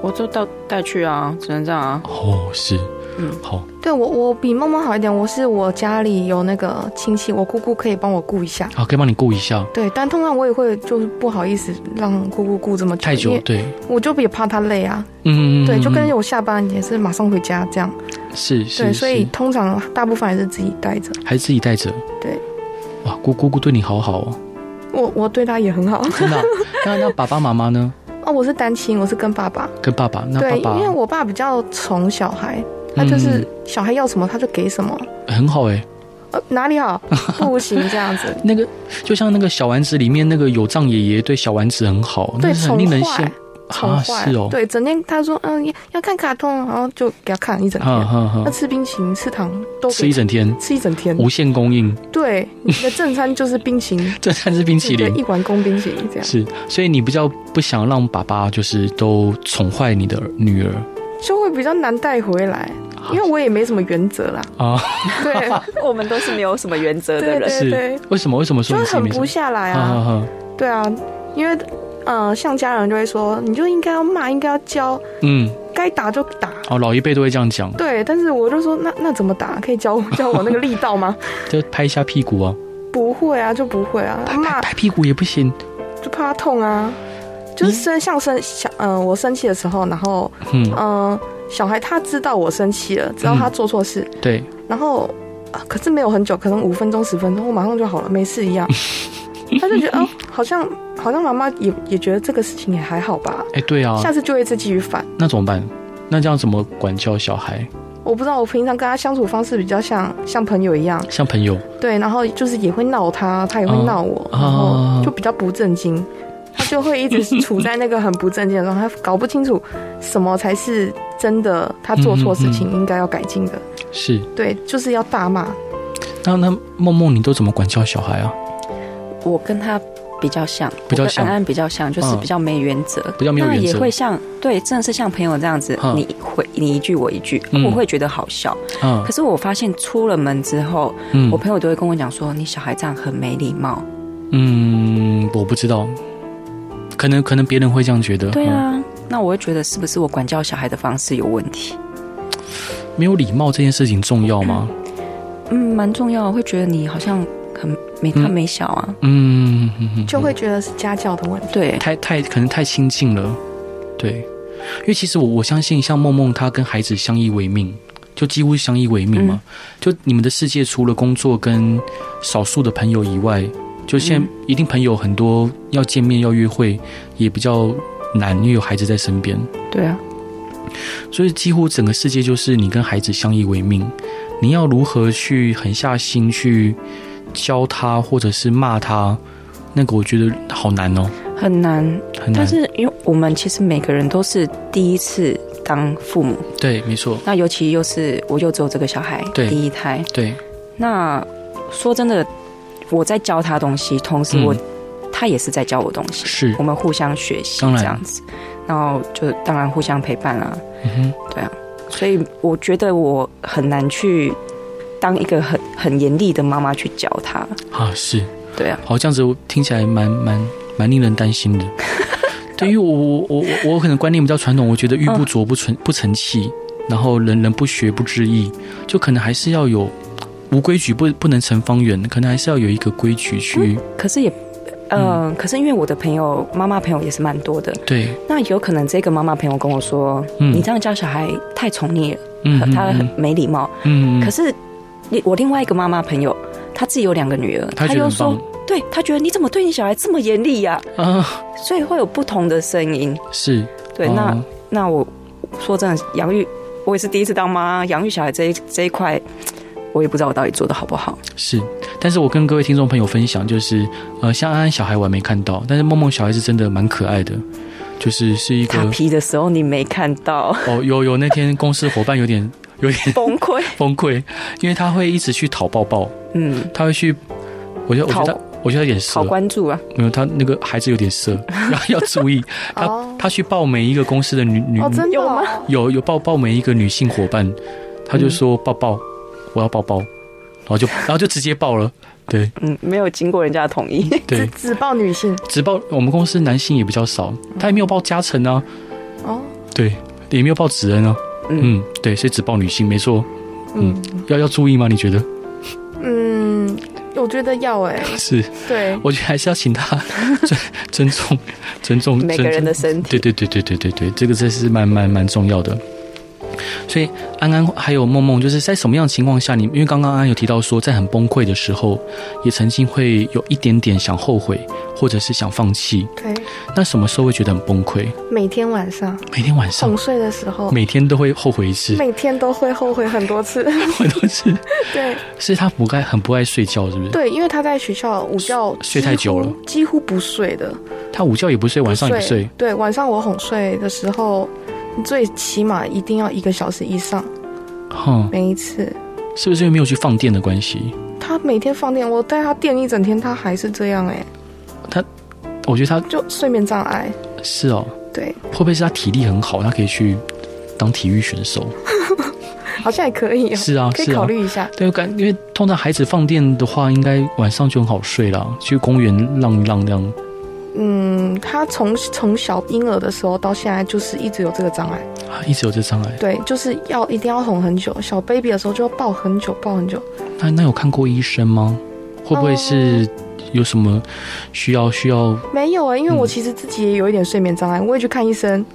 Speaker 2: 我就到带去啊，只能这样啊。
Speaker 1: 哦，是，
Speaker 2: 嗯，
Speaker 1: 好，
Speaker 3: 对我，我比梦梦好一点。我是我家里有那个亲戚，我姑姑可以帮我顾一下。
Speaker 1: 好，可以帮你顾一下。
Speaker 3: 对，但通常我也会就是不好意思让姑姑顾这么久，
Speaker 1: 太
Speaker 3: 因
Speaker 1: 久，
Speaker 3: 为
Speaker 1: 对，
Speaker 3: 我就也怕她累啊。
Speaker 1: 嗯，
Speaker 3: 对，就跟
Speaker 1: 嗯
Speaker 3: 我下班也是马上回家这样。
Speaker 1: 嗯是
Speaker 3: 对，
Speaker 1: 是
Speaker 3: 所以
Speaker 1: 是，
Speaker 3: 通常大部分还是自己带着。
Speaker 1: 还是自己带着。
Speaker 3: 对，
Speaker 1: 哇，姑姑姑对你好好哦，
Speaker 3: 我我对他也很好
Speaker 1: 真的啊、那那爸爸妈妈呢？
Speaker 3: 哦，我是单亲，我是跟爸爸。
Speaker 1: 跟爸爸，那
Speaker 3: 对，
Speaker 1: 爸嗯
Speaker 3: 因为
Speaker 1: 爸
Speaker 3: 我爸比较宠小孩，他就是小孩要什么他就给什么，
Speaker 1: 很好哎、
Speaker 3: 呃，哪 里好不行这样子。
Speaker 1: 那个就像那个小丸子里面那个有藏爷爷对小丸子很好，
Speaker 3: 对
Speaker 1: 那是很令人
Speaker 3: 宠
Speaker 1: 羡
Speaker 3: 坏宠
Speaker 1: 啊，
Speaker 3: 坏，
Speaker 1: 是哦，
Speaker 3: 对，整天他说嗯要要看卡通，然后就给他看一整
Speaker 1: 哈
Speaker 3: 天，
Speaker 1: 哈哈
Speaker 3: 那，吃冰淇淋、吃糖都
Speaker 1: 啊吃
Speaker 3: 给
Speaker 1: 一
Speaker 3: 他
Speaker 1: 整天，
Speaker 3: 吃一整天。
Speaker 1: 无限供应，
Speaker 3: 对，你的正餐就是冰淇淋，
Speaker 1: 这才 是冰淇
Speaker 3: 对
Speaker 1: 淋
Speaker 3: 一。碗公冰淇淋这样，
Speaker 1: 是，所以你比较不想让爸爸就是都宠坏你的女儿
Speaker 3: 就会比较难带回来，因为我也没什么原则 啦。
Speaker 1: 啊？
Speaker 3: 对，
Speaker 2: 我们都是没有什么原则的
Speaker 3: 对
Speaker 2: 人，
Speaker 1: 是为什么？为什么说
Speaker 3: 就
Speaker 1: 你自
Speaker 3: 是
Speaker 1: 己
Speaker 3: 狠
Speaker 1: 没什
Speaker 3: 不
Speaker 1: 么？
Speaker 3: 下来
Speaker 1: 啊
Speaker 3: 啊。
Speaker 1: 哈哈，
Speaker 3: 对啊，因为呃，像家人就会说，你就应该要骂，应该要教，
Speaker 1: 嗯，
Speaker 3: 该打就打。
Speaker 1: 哦，老一辈都会这样讲，
Speaker 3: 对，但是我就说，那那怎么打？可以教我 教我那个力道吗？
Speaker 1: 就拍一下屁股啊，
Speaker 3: 不会啊，就不会啊，骂
Speaker 1: 拍屁股也不行，
Speaker 3: 就怕他痛啊。就是
Speaker 1: 你
Speaker 3: 生像生小，嗯、我生气的时候，然后
Speaker 2: 哦
Speaker 1: 嗯，
Speaker 3: 嗯、呃小孩他知道我生气了，知道他
Speaker 1: 嗯
Speaker 3: 做错事，
Speaker 1: 对，
Speaker 3: 然后、啊可是没有很久，可能五分钟十分钟，我马上就好了，没事 一样。他就觉得哦，好像好像妈妈也也觉得这个事情也还好吧，
Speaker 1: 哎，对啊，
Speaker 3: 下次就会再继续犯。
Speaker 1: 那怎么办？那这样怎么管教小孩？
Speaker 3: 我不知道，我平常跟他相处方式比较像像朋友一样，
Speaker 1: 像朋友，
Speaker 3: 对，然后就是也会闹他，他也会闹我，
Speaker 1: 啊
Speaker 3: 然后就比较不正
Speaker 1: 哦
Speaker 3: 经，他就会一直处在那个很不正经的状态，他搞不清楚什么才是真的，他做错事情应该要改进的，
Speaker 1: 是，
Speaker 3: 对，就是要大骂。
Speaker 1: 嗯那那梦梦，你都怎么管教小孩啊？
Speaker 2: 我跟他比较像，
Speaker 1: 比较像
Speaker 2: 我跟安安比较像，就是
Speaker 1: 嗯
Speaker 2: 比较没原则，
Speaker 1: 比较没有
Speaker 2: 那
Speaker 1: 原
Speaker 2: 也
Speaker 1: 则
Speaker 2: 会像对，真的是像朋友这样子，
Speaker 1: 嗯
Speaker 2: 你回你一句我一句，
Speaker 1: 嗯
Speaker 2: 我会觉得好笑。
Speaker 1: 嗯
Speaker 2: 可是我发现出了门之后，
Speaker 1: 嗯
Speaker 2: 我朋友都会跟我讲说，你小孩这样很没礼貌。
Speaker 1: 嗯，我不知道，可能可能别人会这样觉得，嗯
Speaker 2: 对啊，那我会觉得是不是我管教小孩的方式有问题？
Speaker 1: 嗯，没有礼貌这件事情重要吗？
Speaker 2: 嗯，蛮重要，会觉得你好像很没大没小啊。
Speaker 1: 嗯，嗯嗯
Speaker 3: 就会觉得是家教的问题。
Speaker 2: 对，
Speaker 1: 太太可能太亲近了，对，因为其实我我相信，像梦梦她跟孩子相依为命，就几乎相依为命
Speaker 2: 嗯
Speaker 1: 嘛。就你们的世界除了工作跟少数的朋友以外，就现
Speaker 2: 嗯
Speaker 1: 在一定朋友很多，要见面要约会也比较难，因为有孩子在身边，
Speaker 2: 对啊，
Speaker 1: 所以几乎整个世界就是你跟孩子相依为命。你要如何去狠下心去教他，或者是骂他，那个我觉得好难哦，
Speaker 2: 很难。
Speaker 1: 很难
Speaker 2: 但。是因为我们其实每个人都是第一次当父母，
Speaker 1: 对，没错，
Speaker 2: 那尤其又是我又只有这个小孩，
Speaker 1: 对
Speaker 2: 第一胎。
Speaker 1: 对。
Speaker 2: 那说真的，我在教他东西，同时
Speaker 1: 嗯
Speaker 2: 我、他也是在教我东西，
Speaker 1: 是啊
Speaker 2: 我，们互相学习
Speaker 1: 当然
Speaker 2: 这样子，然后就当然互相陪伴啦、
Speaker 1: 嗯哼，
Speaker 2: 所以我觉得我很难去当一个很很严厉的妈妈去教他。
Speaker 1: 啊，是，
Speaker 2: 对啊，
Speaker 1: 好，这样子我听起来蛮蛮蛮令人担心 的。对，因为我我我我我可能观念比较传统，我觉得玉不琢不成不成器，然后人人不学不知义，就可能还是要有无规矩不不能成方圆，可能还是要有一个规矩去、
Speaker 2: 可是也。呃，
Speaker 1: 嗯
Speaker 2: 可是因为我的朋友妈妈朋友也是蛮多的，
Speaker 1: 对，
Speaker 2: 那有可能这个妈妈朋友跟我说，
Speaker 1: 嗯
Speaker 2: 你这样教小孩太宠溺了，
Speaker 1: 嗯
Speaker 2: 很他很
Speaker 1: 嗯
Speaker 2: 没礼貌。
Speaker 1: 嗯，
Speaker 2: 可
Speaker 1: 是
Speaker 2: 是另我另外一个妈妈朋友，她自己有两个女儿，
Speaker 1: 他觉得
Speaker 2: 又
Speaker 1: 很
Speaker 2: 说
Speaker 1: 棒，
Speaker 2: 对她觉得你怎么对你小孩这么严厉呀、
Speaker 1: 啊，
Speaker 2: 所以会有不同的声音。
Speaker 1: 是，
Speaker 2: 对，
Speaker 1: 哦
Speaker 2: 那那我说真的，养育我也是第一次当妈，养育小孩这一这一块，我也不知道我到底做的好不好。
Speaker 1: 是，但是我跟各位听众朋友分享，就是呃，像安安小孩我还没看到，但是梦梦小孩是真的蛮可爱的，就是是一个
Speaker 2: 打皮的时候你没看 到
Speaker 1: 哦，有有那天公司伙伴有点有点
Speaker 2: 崩溃，
Speaker 1: 崩溃，因为他会一直去讨抱抱，
Speaker 2: 嗯，
Speaker 1: 他会去，我觉得我觉
Speaker 2: 讨
Speaker 1: 得他我觉得他有点色
Speaker 2: 好，关注啊，
Speaker 1: 没有他那个孩子有点 色，然后要注意，他、
Speaker 3: 哦
Speaker 1: 他去抱每一个公司的女女，
Speaker 3: 哦，真的
Speaker 2: 有
Speaker 3: 哦、
Speaker 1: 有有抱抱每一个女性伙伴，他
Speaker 3: 嗯
Speaker 1: 就说抱抱，我要抱抱，然后就然后就直接抱了，对
Speaker 2: 嗯，没有经过人家的同意，
Speaker 3: 只
Speaker 1: 对，
Speaker 3: 只报女性
Speaker 1: 只抱我们公司男性也比较少，他也没有抱嘉诚啊，
Speaker 3: 哦，
Speaker 1: 对，也没有抱子恩啊，
Speaker 2: 嗯，
Speaker 1: 嗯，对，所以只抱女性没错，
Speaker 3: 嗯
Speaker 1: 要要注意吗？你觉得
Speaker 3: 嗯，我觉得要哎、
Speaker 1: 是？
Speaker 3: 对，
Speaker 1: 我觉得还是要请他 尊尊 重、尊重
Speaker 2: 每个人的身体
Speaker 1: 对对对对对对对，这个这是蛮蛮蛮重要的。所以安安还有梦梦，就是在什么样的情况下你，因为刚刚安安有提到说，在很崩溃的时候，也曾经会有一点点想后悔，或者是想放弃。
Speaker 3: 对，
Speaker 1: 那什么时候会觉得很崩 溃？
Speaker 3: 每天晚上
Speaker 1: 每天晚上
Speaker 2: 哦
Speaker 3: 哄，睡的时候，
Speaker 1: 每天都会后悔一 次，
Speaker 3: 每天都会后悔很多次。
Speaker 1: 很多次。
Speaker 3: 对
Speaker 1: 是他不该很不爱睡觉，是不是？
Speaker 3: 对，因为他在学校午觉
Speaker 1: 嗯睡太久了，
Speaker 3: 几乎不睡的。
Speaker 1: 他午觉也不睡，晚上也不睡，
Speaker 3: 对，晚上我哄睡的时候，最起码一定要一个小时以上，
Speaker 1: 哼、
Speaker 3: 每一次。
Speaker 1: 是不是因为没有去放电的关系？
Speaker 3: 他每天放电，我带他电一整天，他还是这样哎、
Speaker 1: 我觉得他
Speaker 3: 就睡眠障碍。
Speaker 1: 是哦，
Speaker 3: 对，
Speaker 1: 会不会是他体力很好，他可以去当体育选手？
Speaker 3: 好像也可以、哦，
Speaker 1: 哎 是啊，
Speaker 3: 可以
Speaker 1: 是
Speaker 3: 考
Speaker 1: 啊。
Speaker 3: 虑一下。
Speaker 1: 对，我感因为通常孩子放电的话，应该晚上就很好睡了，去公园浪一浪这样。
Speaker 3: 嗯，他从从小婴儿的时候到现在，就是一直有这个障碍。
Speaker 1: 啊，一直有这障碍。
Speaker 3: 对，就是要一定要哄很久，小 baby 的时候就要抱很久，抱很久。
Speaker 1: 那那有看过医生吗？会不会是
Speaker 3: 哦
Speaker 1: 有什么需要需要？
Speaker 3: 没有啊、因为
Speaker 1: 嗯
Speaker 3: 我其实自己也有一点睡眠障碍，我也去看医生，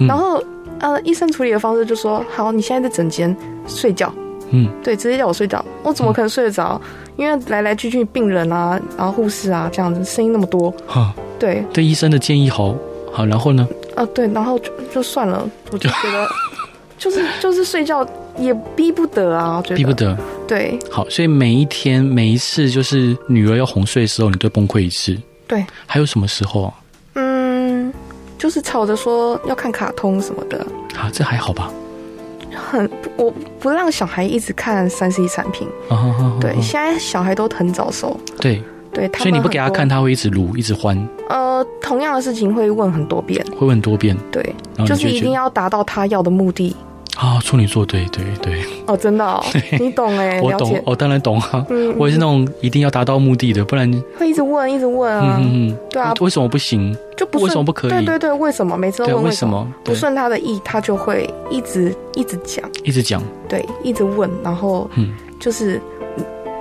Speaker 1: 嗯
Speaker 3: 然后呃，医生处理的方式就说，好，你现在在整间睡觉，
Speaker 1: 嗯，
Speaker 3: 对，直接叫我睡觉，我怎么可能睡得着？因为来来去去病人啊，然后护士啊，这样子声音那么多，
Speaker 1: 哈，
Speaker 3: 对，
Speaker 1: 对医生的建议好好，然后呢？
Speaker 3: 啊、对，然后就就算了，我就觉 得就是就是睡觉也逼不得啊，我觉得
Speaker 1: 逼不，得。
Speaker 3: 对
Speaker 1: 好，所以每一天每一次就是女儿要哄睡的时候，你都崩溃一次。
Speaker 3: 对，
Speaker 1: 还有什么时候啊？
Speaker 3: 嗯，就是吵着说要看卡通什么的，
Speaker 1: 啊，这还好吧？
Speaker 3: 很我不让小孩一直看三 C 产品。
Speaker 1: 啊哈哈哈
Speaker 3: 对，
Speaker 1: 哈
Speaker 3: 现在小孩都很早熟，
Speaker 1: 对，
Speaker 3: 对，他们
Speaker 1: 所以你不给他
Speaker 3: 很多
Speaker 1: 看，，他会一直撸，一直欢，
Speaker 3: 呃，同样的事情会问很多遍，
Speaker 1: 会问多遍，
Speaker 3: 对，
Speaker 1: 然后
Speaker 3: 就
Speaker 1: 哦你
Speaker 3: 是
Speaker 1: 就会
Speaker 3: 一
Speaker 1: 觉
Speaker 3: 定
Speaker 1: 得
Speaker 3: 要达到他要的目的。
Speaker 1: 啊，处女座，对对对，
Speaker 3: 哦，真 的哦，你懂哎，
Speaker 1: 我
Speaker 3: 了
Speaker 1: 懂
Speaker 3: 解，，
Speaker 1: 我当然懂啊，
Speaker 3: 嗯，
Speaker 1: 我也是那种一定要达到目的的，不然，
Speaker 3: 会一直问，一直问啊，
Speaker 1: 嗯嗯
Speaker 3: 对啊
Speaker 1: 嗯，为什么不行？
Speaker 3: 就不
Speaker 1: 为什么不可以
Speaker 3: 对对对，为什么每次
Speaker 1: 对
Speaker 3: 都
Speaker 1: 啊，
Speaker 3: 问
Speaker 1: 为
Speaker 3: 什
Speaker 1: 什？么？
Speaker 3: 不
Speaker 1: 对，
Speaker 3: 顺他的意，他就会一直一直讲，
Speaker 1: 一直讲，
Speaker 3: 对，一直问，然后
Speaker 1: 嗯
Speaker 3: 就是，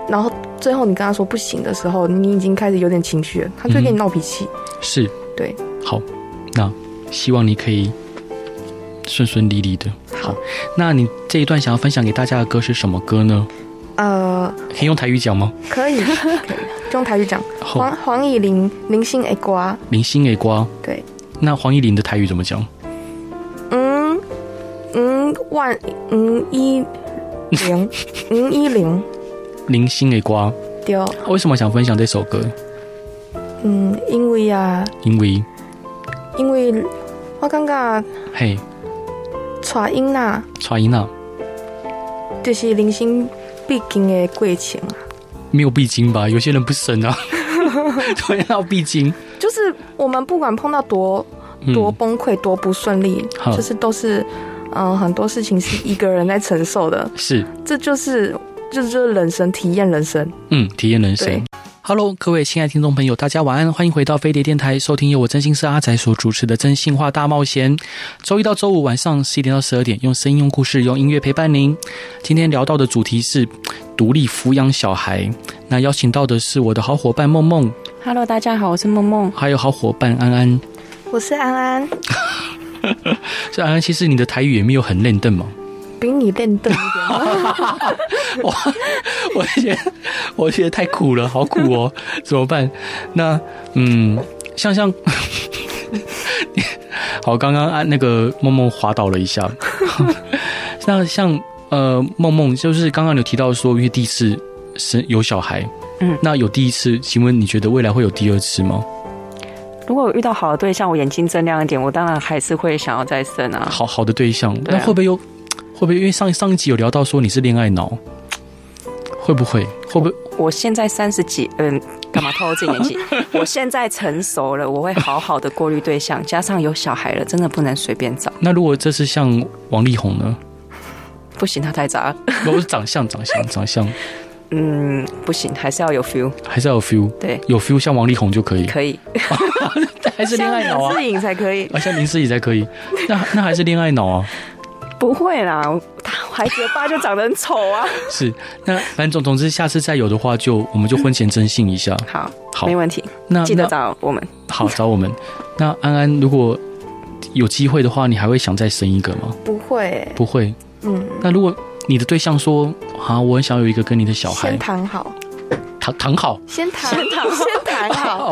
Speaker 3: 然后最后你跟他说不行的时候，你已经开始有点情绪了，他就会
Speaker 1: 嗯
Speaker 3: 跟你闹脾气。
Speaker 1: 是，
Speaker 3: 对，
Speaker 1: 好，那希望你可以顺顺利利的。好，那你这一段想要分享给大家的歌是什么歌呢？
Speaker 3: 呃，
Speaker 1: 可以用台语讲吗？
Speaker 3: 可 以，可以用台语讲。
Speaker 1: 好，
Speaker 3: 黄黄以玲，林心诶瓜，
Speaker 1: 林心给瓜。
Speaker 3: 对，
Speaker 1: 那黄依玲的台语怎么讲？
Speaker 3: 嗯嗯万嗯一 零嗯一零
Speaker 1: 林心给瓜。
Speaker 3: 对，
Speaker 1: 为什么想分享这首歌？
Speaker 3: 嗯，因为啊，
Speaker 1: 因为，
Speaker 3: 因为我感觉
Speaker 1: 嘿，
Speaker 3: 带囡仔
Speaker 1: 蔡依娜
Speaker 3: 就是人生必经的过程啊，
Speaker 1: 没有必经吧？有些人不生 啊，对啊，要必经。
Speaker 3: 就是我们不管碰到多
Speaker 1: 嗯
Speaker 3: 多崩溃、多不顺利，
Speaker 1: 好
Speaker 3: 就是都是嗯、呃很多事情是一个人在承受的，
Speaker 1: 是，
Speaker 3: 这就是这就是人生体验人生，
Speaker 1: 嗯，体验人
Speaker 3: 对
Speaker 1: 生。Hello，各位亲爱的听众朋友，大家晚安，欢迎回到飞碟电台，收听由我真心是阿仔所主持的《真心话大冒险》。周一到周五晚上十一点到十二点，用声音、用故事、用音乐陪伴您。今天聊到的主题是独立抚养小孩，那邀请到的是我的好伙伴梦梦，
Speaker 2: Hello，大家好，我是梦梦。
Speaker 1: 还有好伙伴安安。
Speaker 3: 我是安安，
Speaker 1: 这安安，其实你的台语也没有很认真嘛。
Speaker 3: 比你认真一点。
Speaker 1: 我觉得我觉得太苦了，好苦 哦，怎么办？那嗯，像像， 好，刚刚啊那个梦梦滑倒了一下， 那像呃梦梦就是刚刚有提到说，因为第一次生有小孩，
Speaker 2: 嗯，
Speaker 1: 那有第一次，请问你觉得未来会有第二次吗？
Speaker 2: 如果我遇到好的对象，我眼睛睁亮一点，我当然还是会想要再生啊。
Speaker 1: 好好的对象，
Speaker 2: 对
Speaker 1: 那
Speaker 2: 啊
Speaker 1: 会不会又会不会因为上上一集有聊到说你是恋爱脑，会不会会不会
Speaker 2: 我现在三十几，嗯，干嘛透露自己 年纪？我现在成熟了，我会好好的过滤对象，加上有小孩了，真的不能随便找，
Speaker 1: 那如果这次像王力宏呢？
Speaker 2: 不行，他太渣了，
Speaker 1: 不是长相，长相，长相，
Speaker 2: 嗯，不行，还是要有 feel，
Speaker 1: 还是要有 feel，
Speaker 2: 对，
Speaker 1: 有 feel 像王力宏就可以，
Speaker 2: 可以，
Speaker 1: 还 是恋爱脑啊
Speaker 3: 像，林志颖才可以。
Speaker 1: 啊像林思怡才可以，那那还是恋爱脑啊，
Speaker 2: 不会啦，我他孩子的爸就长得很丑 啊。
Speaker 1: 是，那反正总总之，下次再有的话就，我们就婚前征信一下，
Speaker 2: 好，
Speaker 1: 好
Speaker 2: 没问题，
Speaker 1: 那
Speaker 2: 记得
Speaker 1: 那
Speaker 2: 找我们。
Speaker 1: 好找我们，那安安如果有机会的话，你还会想再生一个吗？
Speaker 3: 不会欸、
Speaker 1: 不会，
Speaker 3: 嗯，
Speaker 1: 那如果你的对象说啊，我很想有一个跟你的小孩
Speaker 3: 先，谈好，
Speaker 1: 躺躺好，
Speaker 3: 先谈，先谈好，
Speaker 1: 哦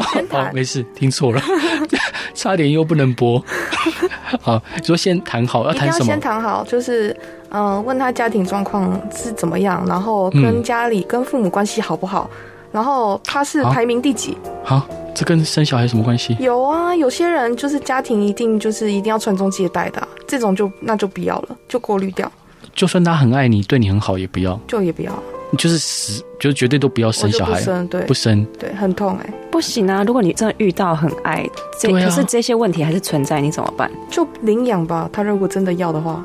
Speaker 1: 哦
Speaker 3: 先
Speaker 1: 哦
Speaker 3: 谈，
Speaker 1: 没事，听错了， 差点又不能播。 好，你说先谈好要
Speaker 3: 一定
Speaker 1: 谈
Speaker 3: 要
Speaker 1: 什么
Speaker 3: 先？谈好，就是嗯、呃问他家庭状况是怎么样，然后跟
Speaker 1: 嗯
Speaker 3: 家里、跟父母关系好不好，然后他是
Speaker 1: 啊
Speaker 3: 排名第几？
Speaker 1: 好，这跟生小孩有什么关系？
Speaker 3: 有啊，有些人就是家庭一定就是一定要传宗接代的啊、这种就那就不要了，就过滤掉，
Speaker 1: 就算他很爱你，对你很好，也不要，
Speaker 3: 就也不要，
Speaker 1: 就是死，就是绝对都不要
Speaker 3: 我
Speaker 1: 生
Speaker 3: 就
Speaker 1: 小
Speaker 3: 不
Speaker 1: 孩，
Speaker 3: 生，对
Speaker 1: 不生。
Speaker 3: 对，很痛哎、
Speaker 2: 不行啊！如果你真的遇到很爱，这、
Speaker 1: 对啊
Speaker 2: 可是这些问题还是存在，你怎么办？
Speaker 3: 就领养吧。他如果真的要的话，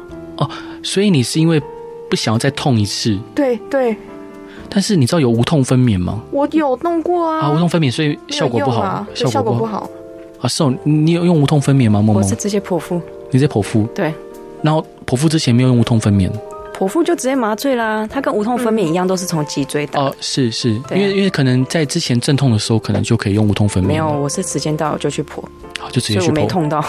Speaker 1: 所以你是因为不想要再痛一次，
Speaker 3: 对对，
Speaker 1: 但是你知道有无痛分娩吗？
Speaker 3: 我有弄过啊，
Speaker 1: 啊，无痛分娩，所以效果不好，
Speaker 3: 没有用啊对
Speaker 1: 效
Speaker 3: 效
Speaker 1: 果
Speaker 3: 果
Speaker 1: 不
Speaker 3: 不
Speaker 1: 好
Speaker 3: 好。
Speaker 1: 啊。是哦，你有用无痛分娩吗？梦
Speaker 2: 我
Speaker 1: 梦
Speaker 2: 是，直接剖腹，
Speaker 1: 你在剖腹，
Speaker 2: 对，
Speaker 1: 然后剖腹之前没有用无痛分娩
Speaker 2: 剖腹就直接麻醉啦。它跟无痛分娩一样，都是从脊椎打。
Speaker 1: 哦、是是，因
Speaker 2: 对啊
Speaker 1: 为因为可能在之前阵痛的时候，可能就可以用无痛分娩了，
Speaker 2: 没有，我是时间到了就嗯去剖，
Speaker 1: 好就直接
Speaker 2: 所以
Speaker 1: 去
Speaker 2: 我没
Speaker 1: 剖。
Speaker 2: 痛到。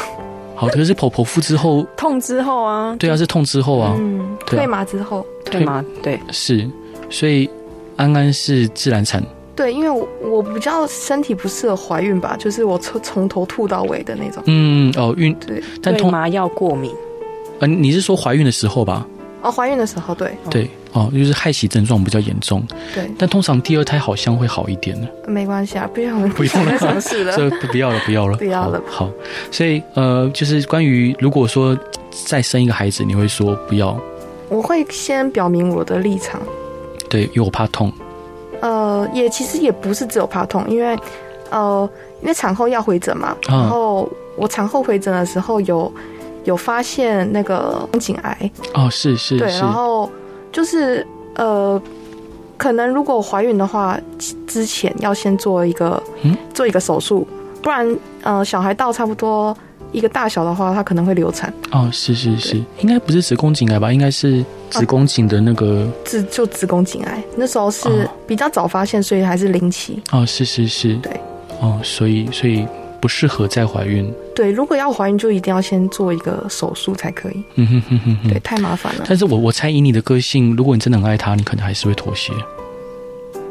Speaker 1: 好，可是剖剖腹之后，
Speaker 2: 痛之后啊，
Speaker 1: 对啊，是痛之后啊，
Speaker 3: 嗯，
Speaker 1: 对啊
Speaker 3: 退麻之后，
Speaker 2: 对吗？对，
Speaker 1: 是，所以安安是自然产，
Speaker 3: 对，因为我我比较身体不适合怀孕吧，就是我从从头吐到尾的那种。
Speaker 1: 嗯哦孕，
Speaker 3: 对，
Speaker 1: 但
Speaker 2: 对
Speaker 1: 通
Speaker 2: 麻药过敏，
Speaker 1: 呃你是说怀孕的时候吧？
Speaker 3: 哦，怀孕的时候，对
Speaker 1: 对哦，就是害喜症状比较严重，
Speaker 3: 对，
Speaker 1: 但通常第二胎好像会好一点呢。
Speaker 3: 没关系啊，不用
Speaker 1: 不用了
Speaker 3: 什么事了。
Speaker 1: 这不不要了，不要了，
Speaker 3: 不要了
Speaker 1: 好，好所以呃，就是关于如果说再生一个孩子，你会说不要，
Speaker 3: 我会先表明我的立场，
Speaker 1: 对，因为我怕痛。
Speaker 3: 呃，也其实也不是只有怕痛，因为呃，因为产后要回诊嘛，
Speaker 1: 嗯
Speaker 3: 然后我产后回诊的时候有有发现那个宫颈癌，
Speaker 1: 哦，是是
Speaker 3: 对，
Speaker 1: 是
Speaker 3: 然，后就是呃，可能如果怀孕的话，之之前要先做一个、
Speaker 1: 嗯
Speaker 3: 做一个手术，不然呃，小孩到差不多一个大小的话，他可能会流产，
Speaker 1: 哦，是是是
Speaker 3: 对，
Speaker 1: 应该不是子宫颈癌吧？应该是子宫颈的那个，
Speaker 3: 子就子宫颈癌，那时候是
Speaker 1: 哦
Speaker 3: 比较早发现，所以还是零期。
Speaker 1: 哦，是是是，
Speaker 3: 对，
Speaker 1: 哦，所以所以不适合再怀孕。
Speaker 3: 对，如果要怀孕，就一定要先做一个手术才可以。
Speaker 1: 嗯哼哼哼
Speaker 3: 对，
Speaker 1: 哼。
Speaker 3: 太麻烦了。
Speaker 1: 但是我我猜以你的个性，如果你真的很爱他，你可能还是会妥协。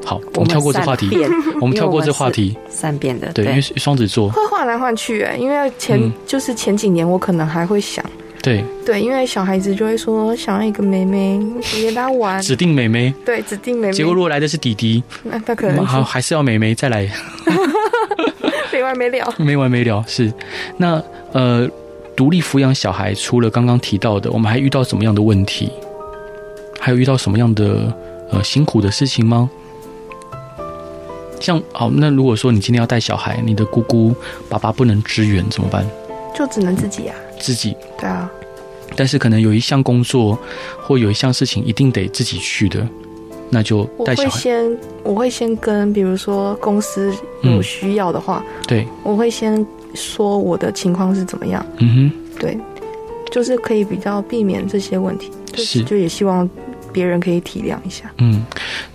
Speaker 1: 好，我们跳过这话
Speaker 2: 我
Speaker 1: 题，
Speaker 2: 们 善变
Speaker 1: 我们跳过这话题。
Speaker 2: 善变的，
Speaker 1: 对，因为
Speaker 2: 对，
Speaker 1: 双子座，
Speaker 3: 会换来换去、欸，因为前、
Speaker 1: 嗯
Speaker 3: 就是前几年我可能还会想，
Speaker 1: 对，
Speaker 3: 对，因为小孩子就会说想要一个妹妹，你跟他玩，
Speaker 1: 指定嗯美眉，
Speaker 3: 对，指定妹妹。
Speaker 1: 结果如果来的是弟弟，
Speaker 3: 那他可能
Speaker 1: 好，还是要美眉再来，
Speaker 3: 没完没了。
Speaker 1: 没完没了。是，那呃，独立抚养小孩，除了刚刚提到的，我们还遇到什么样的问题？还有遇到什么样的呃辛苦的事情吗？像好，那如果说你今天要带小孩，你的姑姑、爸爸不能支援怎么办？
Speaker 3: 就只能自己啊。
Speaker 1: 自己，
Speaker 3: 对啊，
Speaker 1: 但是可能有一项工作或有一项事情一定得自己去的，那就
Speaker 3: 我
Speaker 1: 带小
Speaker 3: 会
Speaker 1: 孩。
Speaker 3: 先我会先跟，比如说公司有需要的话，
Speaker 1: 对，
Speaker 3: 我会先说我的情况是怎么样，
Speaker 1: 嗯
Speaker 3: 对，就是可以比较避免这些问题，
Speaker 1: 哼，。
Speaker 3: 就是就也希望别人可以体谅一下。
Speaker 1: 嗯，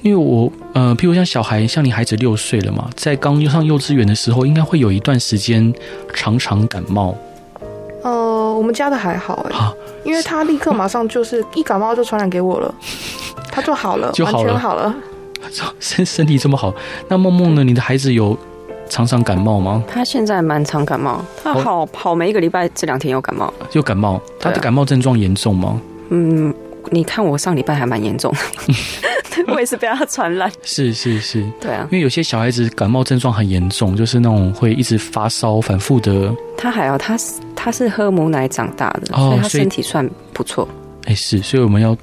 Speaker 1: 因为我呃，譬如像小孩，像你孩子六岁了嘛，在刚上幼稚园的时候，应该会有一段时间常常感冒
Speaker 3: 呃，我们家的还好哎、
Speaker 1: 啊，
Speaker 3: 因为他立刻马上 就是一感冒就传染给我了，他就好了，
Speaker 1: 就好了
Speaker 3: 完全好了。
Speaker 1: 身身体这么好，那梦梦呢？你的孩子有常常感冒吗？
Speaker 2: 他现在蛮常感冒，他
Speaker 1: 哦
Speaker 2: 好好每一个礼拜这两天有感冒。
Speaker 1: 有感冒，他的感冒症状严重吗？
Speaker 2: 嗯，你看我上礼拜还蛮严重的， 我也是被他传染。
Speaker 1: 是是是，因
Speaker 2: 对啊，
Speaker 1: 为有些小孩子感冒症状很严重，就是那种会一直发烧、反复的。
Speaker 2: 他还好，他是他是喝母奶长大的，
Speaker 1: 哦
Speaker 2: 所以他
Speaker 1: 所以
Speaker 2: 身体算不错，
Speaker 1: 哎，是，所以我们要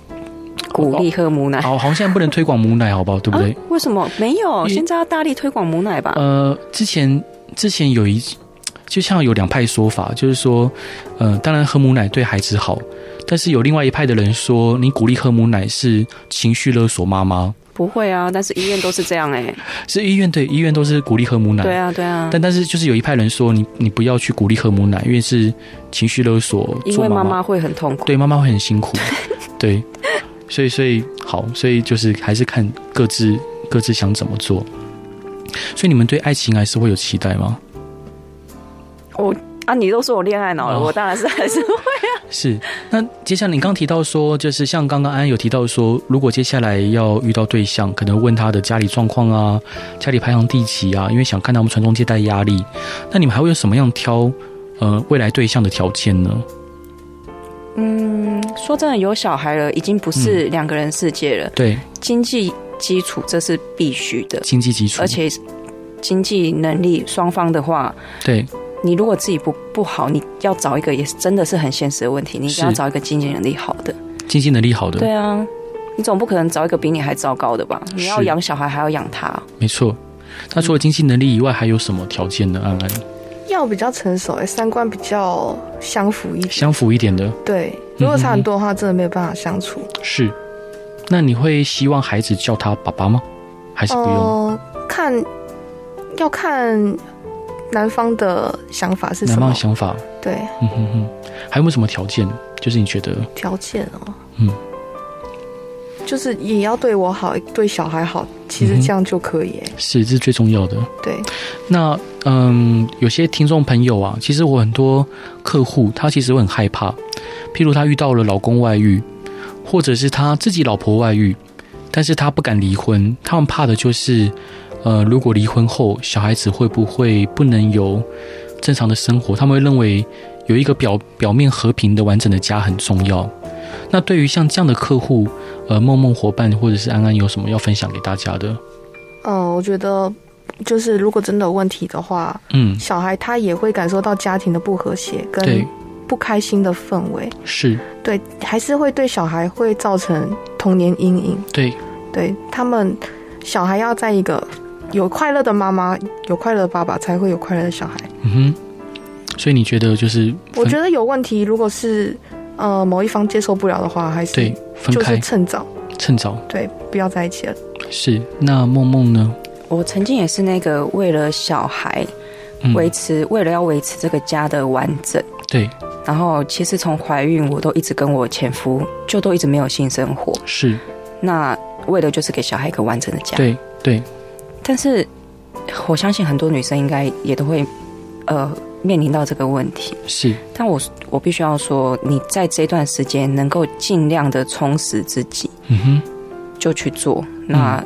Speaker 2: 鼓励喝母奶。
Speaker 1: 好，好像现在不能推广母奶，好不好？哦对不对？
Speaker 2: 啊？为什么没有？
Speaker 1: 因为
Speaker 2: 现在要大力推广母奶吧？
Speaker 1: 呃，之前之前有一，就像有两派说法，就是说，呃，当然喝母奶对孩子好，但是有另外一派的人说，你鼓励喝母奶是情绪勒索妈妈，
Speaker 2: 不会啊，但是医院都是这样哎、
Speaker 1: 是医院对医院都是鼓励喝母奶，
Speaker 2: 对啊，对啊，
Speaker 1: 但但是就是有一派人说你你不要去鼓励喝母奶，因为是情绪勒索，
Speaker 2: 因
Speaker 1: 做
Speaker 2: 为
Speaker 1: 妈
Speaker 2: 妈妈会很痛苦。
Speaker 1: 对妈妈会很辛 苦，对，所以所以好，所以就是还是看各自各自想怎么做。所以你们对爱情还是会有期待吗？
Speaker 2: 啊，你都说我恋爱脑了，
Speaker 1: 哦
Speaker 2: 我当然是还是
Speaker 1: 是，那接下来你刚提到说，就是像刚刚安安有提到说，如果接下来要遇到对象，可能问他的家里状况啊、家里排行第几啊，因为想看他们传宗接代压力。那你们还会有什么样挑呃未来对象的条件呢？
Speaker 2: 嗯，说真的，有小孩了，已经
Speaker 1: 嗯
Speaker 2: 不是两个人世界了，
Speaker 1: 对，
Speaker 2: 经济基础这是必须的，
Speaker 1: 经济基础，
Speaker 2: 而且经济能力双方的话，
Speaker 1: 对
Speaker 2: 你如果自己不不好，你要找一个也是真的是很现实的问题，你一定要
Speaker 1: 是
Speaker 2: 找一个经济能力好的。
Speaker 1: 经济能力好的，
Speaker 2: 对啊，你总不可能找一个比你还糟糕的吧？你要
Speaker 1: 是
Speaker 2: 养小孩还要养他，
Speaker 1: 没错。那除了经济能力以外，还有什么条件呢？安安
Speaker 3: 要比较成熟、欸，三观比较相符一点。
Speaker 1: 相嗯符一点的
Speaker 3: 对，如果差很多的话，真的没有办法相处。
Speaker 1: 是，那你会希望孩子叫他爸爸吗？还是不用？
Speaker 3: 呃，看要看男方的想法是
Speaker 1: 男
Speaker 3: 什
Speaker 1: 方
Speaker 3: 么
Speaker 1: 的，想法，
Speaker 3: 对
Speaker 1: 嗯哼哼，还有没有什么条件？就是你觉得
Speaker 3: 条件哦，
Speaker 1: 嗯，
Speaker 3: 就是也要对我好，对小孩好，其实
Speaker 1: 嗯哼
Speaker 3: 这样就可以、欸。
Speaker 1: 是这是最重要的。
Speaker 3: 对，
Speaker 1: 那嗯，有些听众朋友啊，其实我很多客户，他其实会很害怕，譬如他遇到了老公外遇，或者是他自己老婆外遇，但是他不敢离婚，他们怕的就是，呃，如果离婚后小孩子会不会不能有正常的生活？他们会认为有一个表表面和平的完整的家很重要。那对于像这样的客户，呃，梦梦伙伴或者是安安有什么要分享给大家的？
Speaker 3: 嗯、我觉得就是如果真的有问题的话，
Speaker 1: 嗯，
Speaker 3: 小孩他也会感受到家庭的不和谐
Speaker 1: 对
Speaker 3: 跟，不开心的氛围，
Speaker 1: 是，
Speaker 3: 对，还是会对小孩会造成童年阴影。
Speaker 1: 对，
Speaker 3: 对他们，小孩要在一个有快乐的妈妈、有快乐的爸爸，才会有快乐的小孩。
Speaker 1: 嗯哼，所以你觉得就是分
Speaker 3: 我觉得有问题，如果是呃某一方接受不了的话，还是
Speaker 1: 对分
Speaker 3: 就
Speaker 1: 开
Speaker 3: 是趁早
Speaker 1: 趁早
Speaker 3: 对不要在一起了。
Speaker 1: 是。那梦梦呢？
Speaker 2: 我曾经也是那个为了小孩
Speaker 1: 嗯
Speaker 2: 维持，为了要维持这个家的完整，
Speaker 1: 对
Speaker 2: 然后其实从怀孕我都一直跟我前夫就都一直没有性生活，
Speaker 1: 是，
Speaker 2: 那为的就是给小孩一个完整的家。
Speaker 1: 对对
Speaker 2: 但是我相信很多女生应该也都会呃面临到这个问题。
Speaker 1: 是，
Speaker 2: 但我我必须要说，你在这段时间能够尽量的充实自己，
Speaker 1: 嗯哼，嗯
Speaker 2: 就去做。那、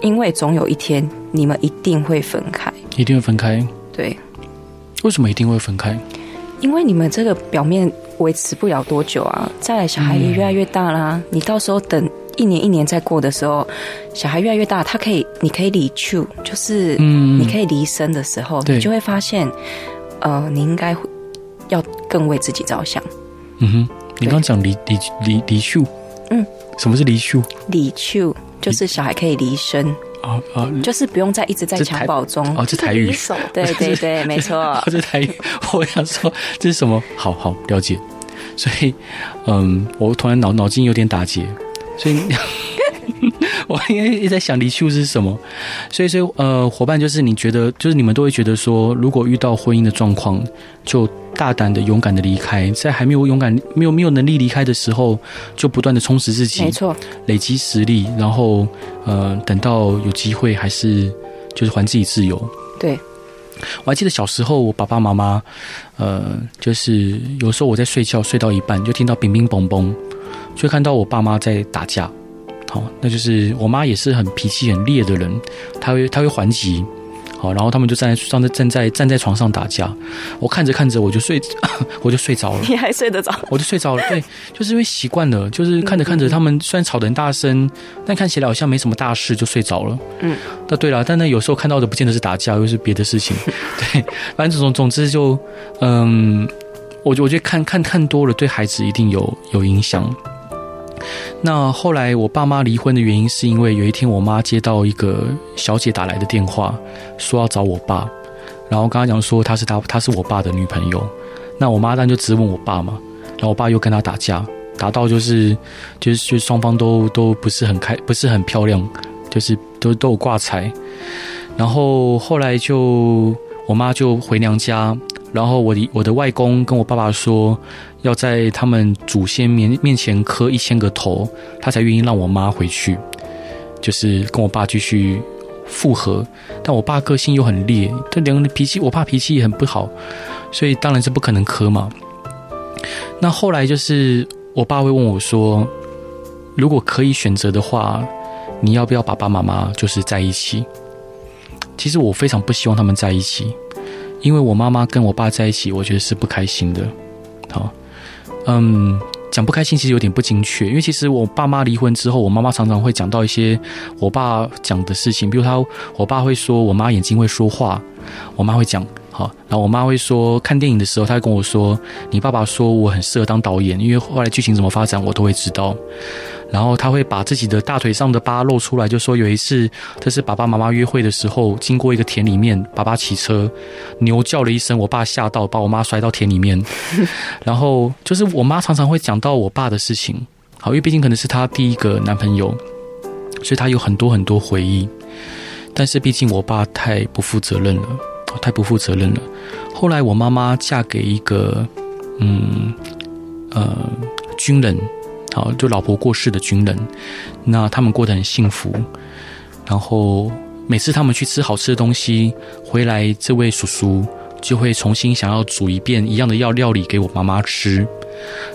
Speaker 2: 因为总有一天你们一定会分开，
Speaker 1: 一定会分开。
Speaker 2: 对，
Speaker 1: 为什么一定会分开？
Speaker 2: 因为你们这个表面维持不了多久啊，再来小孩也越来越大啦，
Speaker 1: 嗯
Speaker 2: 你到时候等。一年一年再过的时候，小孩越来越大，他可以，你可以离去，就是
Speaker 1: 嗯，
Speaker 2: 你可以离身的时候，
Speaker 1: 对
Speaker 2: 你就会发现，呃，你应该会要更为自己着想。
Speaker 1: 嗯哼，你刚刚讲离离离离去，
Speaker 2: 嗯，
Speaker 1: 什么是离去？
Speaker 2: 离去就是小孩可以离身，
Speaker 1: 啊啊
Speaker 2: 就是不用再一直在
Speaker 1: 这台
Speaker 2: 襁褓中。
Speaker 1: 啊！这台语，
Speaker 3: 离，手
Speaker 2: 对对对，没错
Speaker 1: 这台语，我想说这是什么？好好了解。所以，嗯，我突然脑脑筋有点打结，所以 我应该一直在想离去是什么。所以，所以呃，伙伴就是你觉得，就是你们都会觉得说，如果遇到婚姻的状况，就大胆的、勇敢的离开，在还没有勇敢、没有没有能力离开的时候，就不断的充实自己，
Speaker 2: 没错，
Speaker 1: 累积实力，然后呃，等到有机会还是就是还自己自由。
Speaker 2: 对，
Speaker 1: 我还记得小时候，我爸爸妈妈，呃，就是有时候我在睡觉，睡到一半就听到乒乒乓乓，就看到我爸妈在打架。好，那就是我妈也是很脾气很烈的人，她会她会还击。好，然后他们就站在站在站在站在床上打架，我看着看着我就睡 我就睡着了。
Speaker 2: 你还睡得着？
Speaker 1: 我就睡着了。对，就是因为习惯了，就是看着看着，他们虽然吵得很大声，但看起来好像没什么大事，就睡着了。
Speaker 2: 嗯，
Speaker 1: 那对了，但那有时候看到的不见得是打架，又是别的事情。对，反正总总之就，嗯，我我觉得看看看多了，对孩子一定有有影响。那后来我爸妈离婚的原因，是因为有一天我妈接到一个小姐打来的电话，说要找我爸，然后跟她讲说她是她她是我爸的女朋友，那我妈当然就质问我爸嘛，然后我爸又跟他打架，打到就是就是就是双方都都不是很开，不是很漂亮，就是都都有挂彩。然后后来就我妈就回娘家，然后我的我的外公跟我爸爸说，要在他们祖先面面前磕一千个头，他才愿意让我妈回去，就是跟我爸继续。复合，但我爸个性又很烈，这两个人脾气，我爸脾气也很不好，所以当然是不可能磕嘛。那后来就是我爸会问我说，如果可以选择的话，你要不要爸爸妈妈就是在一起？其实我非常不希望他们在一起，因为我妈妈跟我爸在一起，我觉得是不开心的。好，嗯，讲不开心其实有点不精确，因为其实我爸妈离婚之后，我妈妈常常会讲到一些我爸讲的事情，比如他，我爸会说我妈眼睛会说话，我妈会讲。好，然后我妈会说，看电影的时候，她会跟我说，你爸爸说我很适合当导演，因为后来剧情怎么发展我都会知道。然后他会把自己的大腿上的疤露出来，就说有一次，这是爸爸妈妈约会的时候，经过一个田里面，爸爸骑车，牛叫了一声，我爸吓到，把我妈摔到田里面。 然后就是我妈常常会讲到我爸的事情，好，因为毕竟可能是她第一个男朋友，所以她有很多很多回忆。但是毕竟我爸太不负责任了，太不负责任了。后来我妈妈嫁给一个，嗯，呃，军人，好，就老婆过世的军人，那他们过得很幸福。然后每次他们去吃好吃的东西，回来这位叔叔就会重新想要煮一遍一样的药料理给我妈妈吃。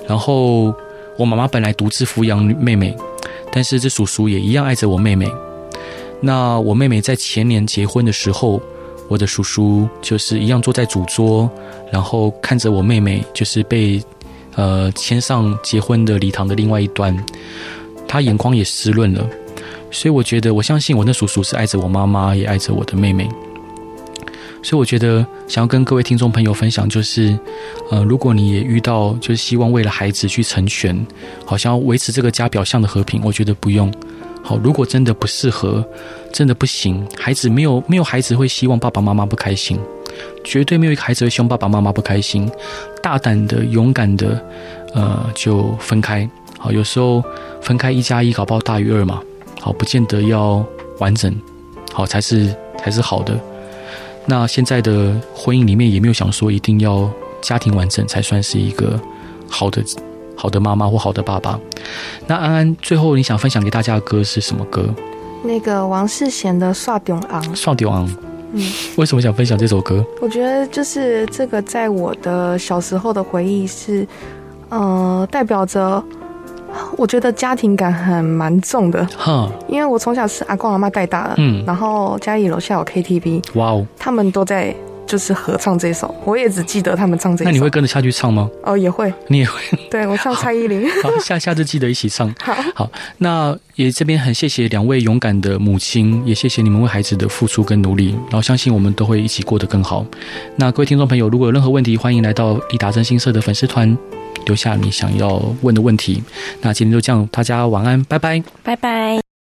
Speaker 1: 然后我妈妈本来独自抚养妹妹，但是这叔叔也一样爱着我妹妹。那我妹妹在前年结婚的时候，我的叔叔就是一样坐在主桌，然后看着我妹妹就是被呃牵上结婚的礼堂的另外一端，他眼眶也湿润了。所以我觉得，我相信我那叔叔是爱着我妈妈，也爱着我的妹妹。所以我觉得，想要跟各位听众朋友分享，就是，呃，如果你也遇到就是希望为了孩子去成全，好像要维持这个家表象的和平，我觉得不用。好，如果真的不适合，真的不行，孩子没有没有孩子会希望爸爸妈妈不开心，绝对没有一个孩子会希望爸爸妈妈不开心。大胆的、勇敢的，呃，就分开。好，有时候分开一加一，搞不好大于二嘛。好，不见得要完整，好才是才是好的。那现在的婚姻里面也没有想说一定要家庭完整才算是一个好的好的妈妈或好的爸爸。那安安，最后你想分享给大家的歌是什么歌？
Speaker 3: 那个王世贤的《刷囧昂》，
Speaker 1: 上丢昂。
Speaker 3: 嗯，
Speaker 1: 为什么想分享这首歌？
Speaker 3: 我觉得就是这个，在我的小时候的回忆是，呃，代表着我觉得家庭感很蛮重的，
Speaker 1: 哈，
Speaker 3: 因为我从小是阿公阿妈带大的，
Speaker 1: 嗯，
Speaker 3: 然后家里楼下有 KTV，
Speaker 1: 哇哦，
Speaker 3: 他们都在就是合唱这首，我也只记得他们唱这首。
Speaker 1: 那你会跟着下去唱吗？
Speaker 3: 哦，也会，
Speaker 1: 你也会？
Speaker 3: 对我唱蔡依林，
Speaker 1: 好，下下次记得一起唱。
Speaker 3: 好，
Speaker 1: 那也这边很谢谢两位勇敢的母亲，也谢谢你们为孩子的付出跟努力，然后相信我们都会一起过得更好。那各位听众朋友，如果有任何问题，欢迎来到益达真心社的粉丝团，留下你想要问的问题。那今天就这样，大家晚安，拜拜。
Speaker 2: 拜拜。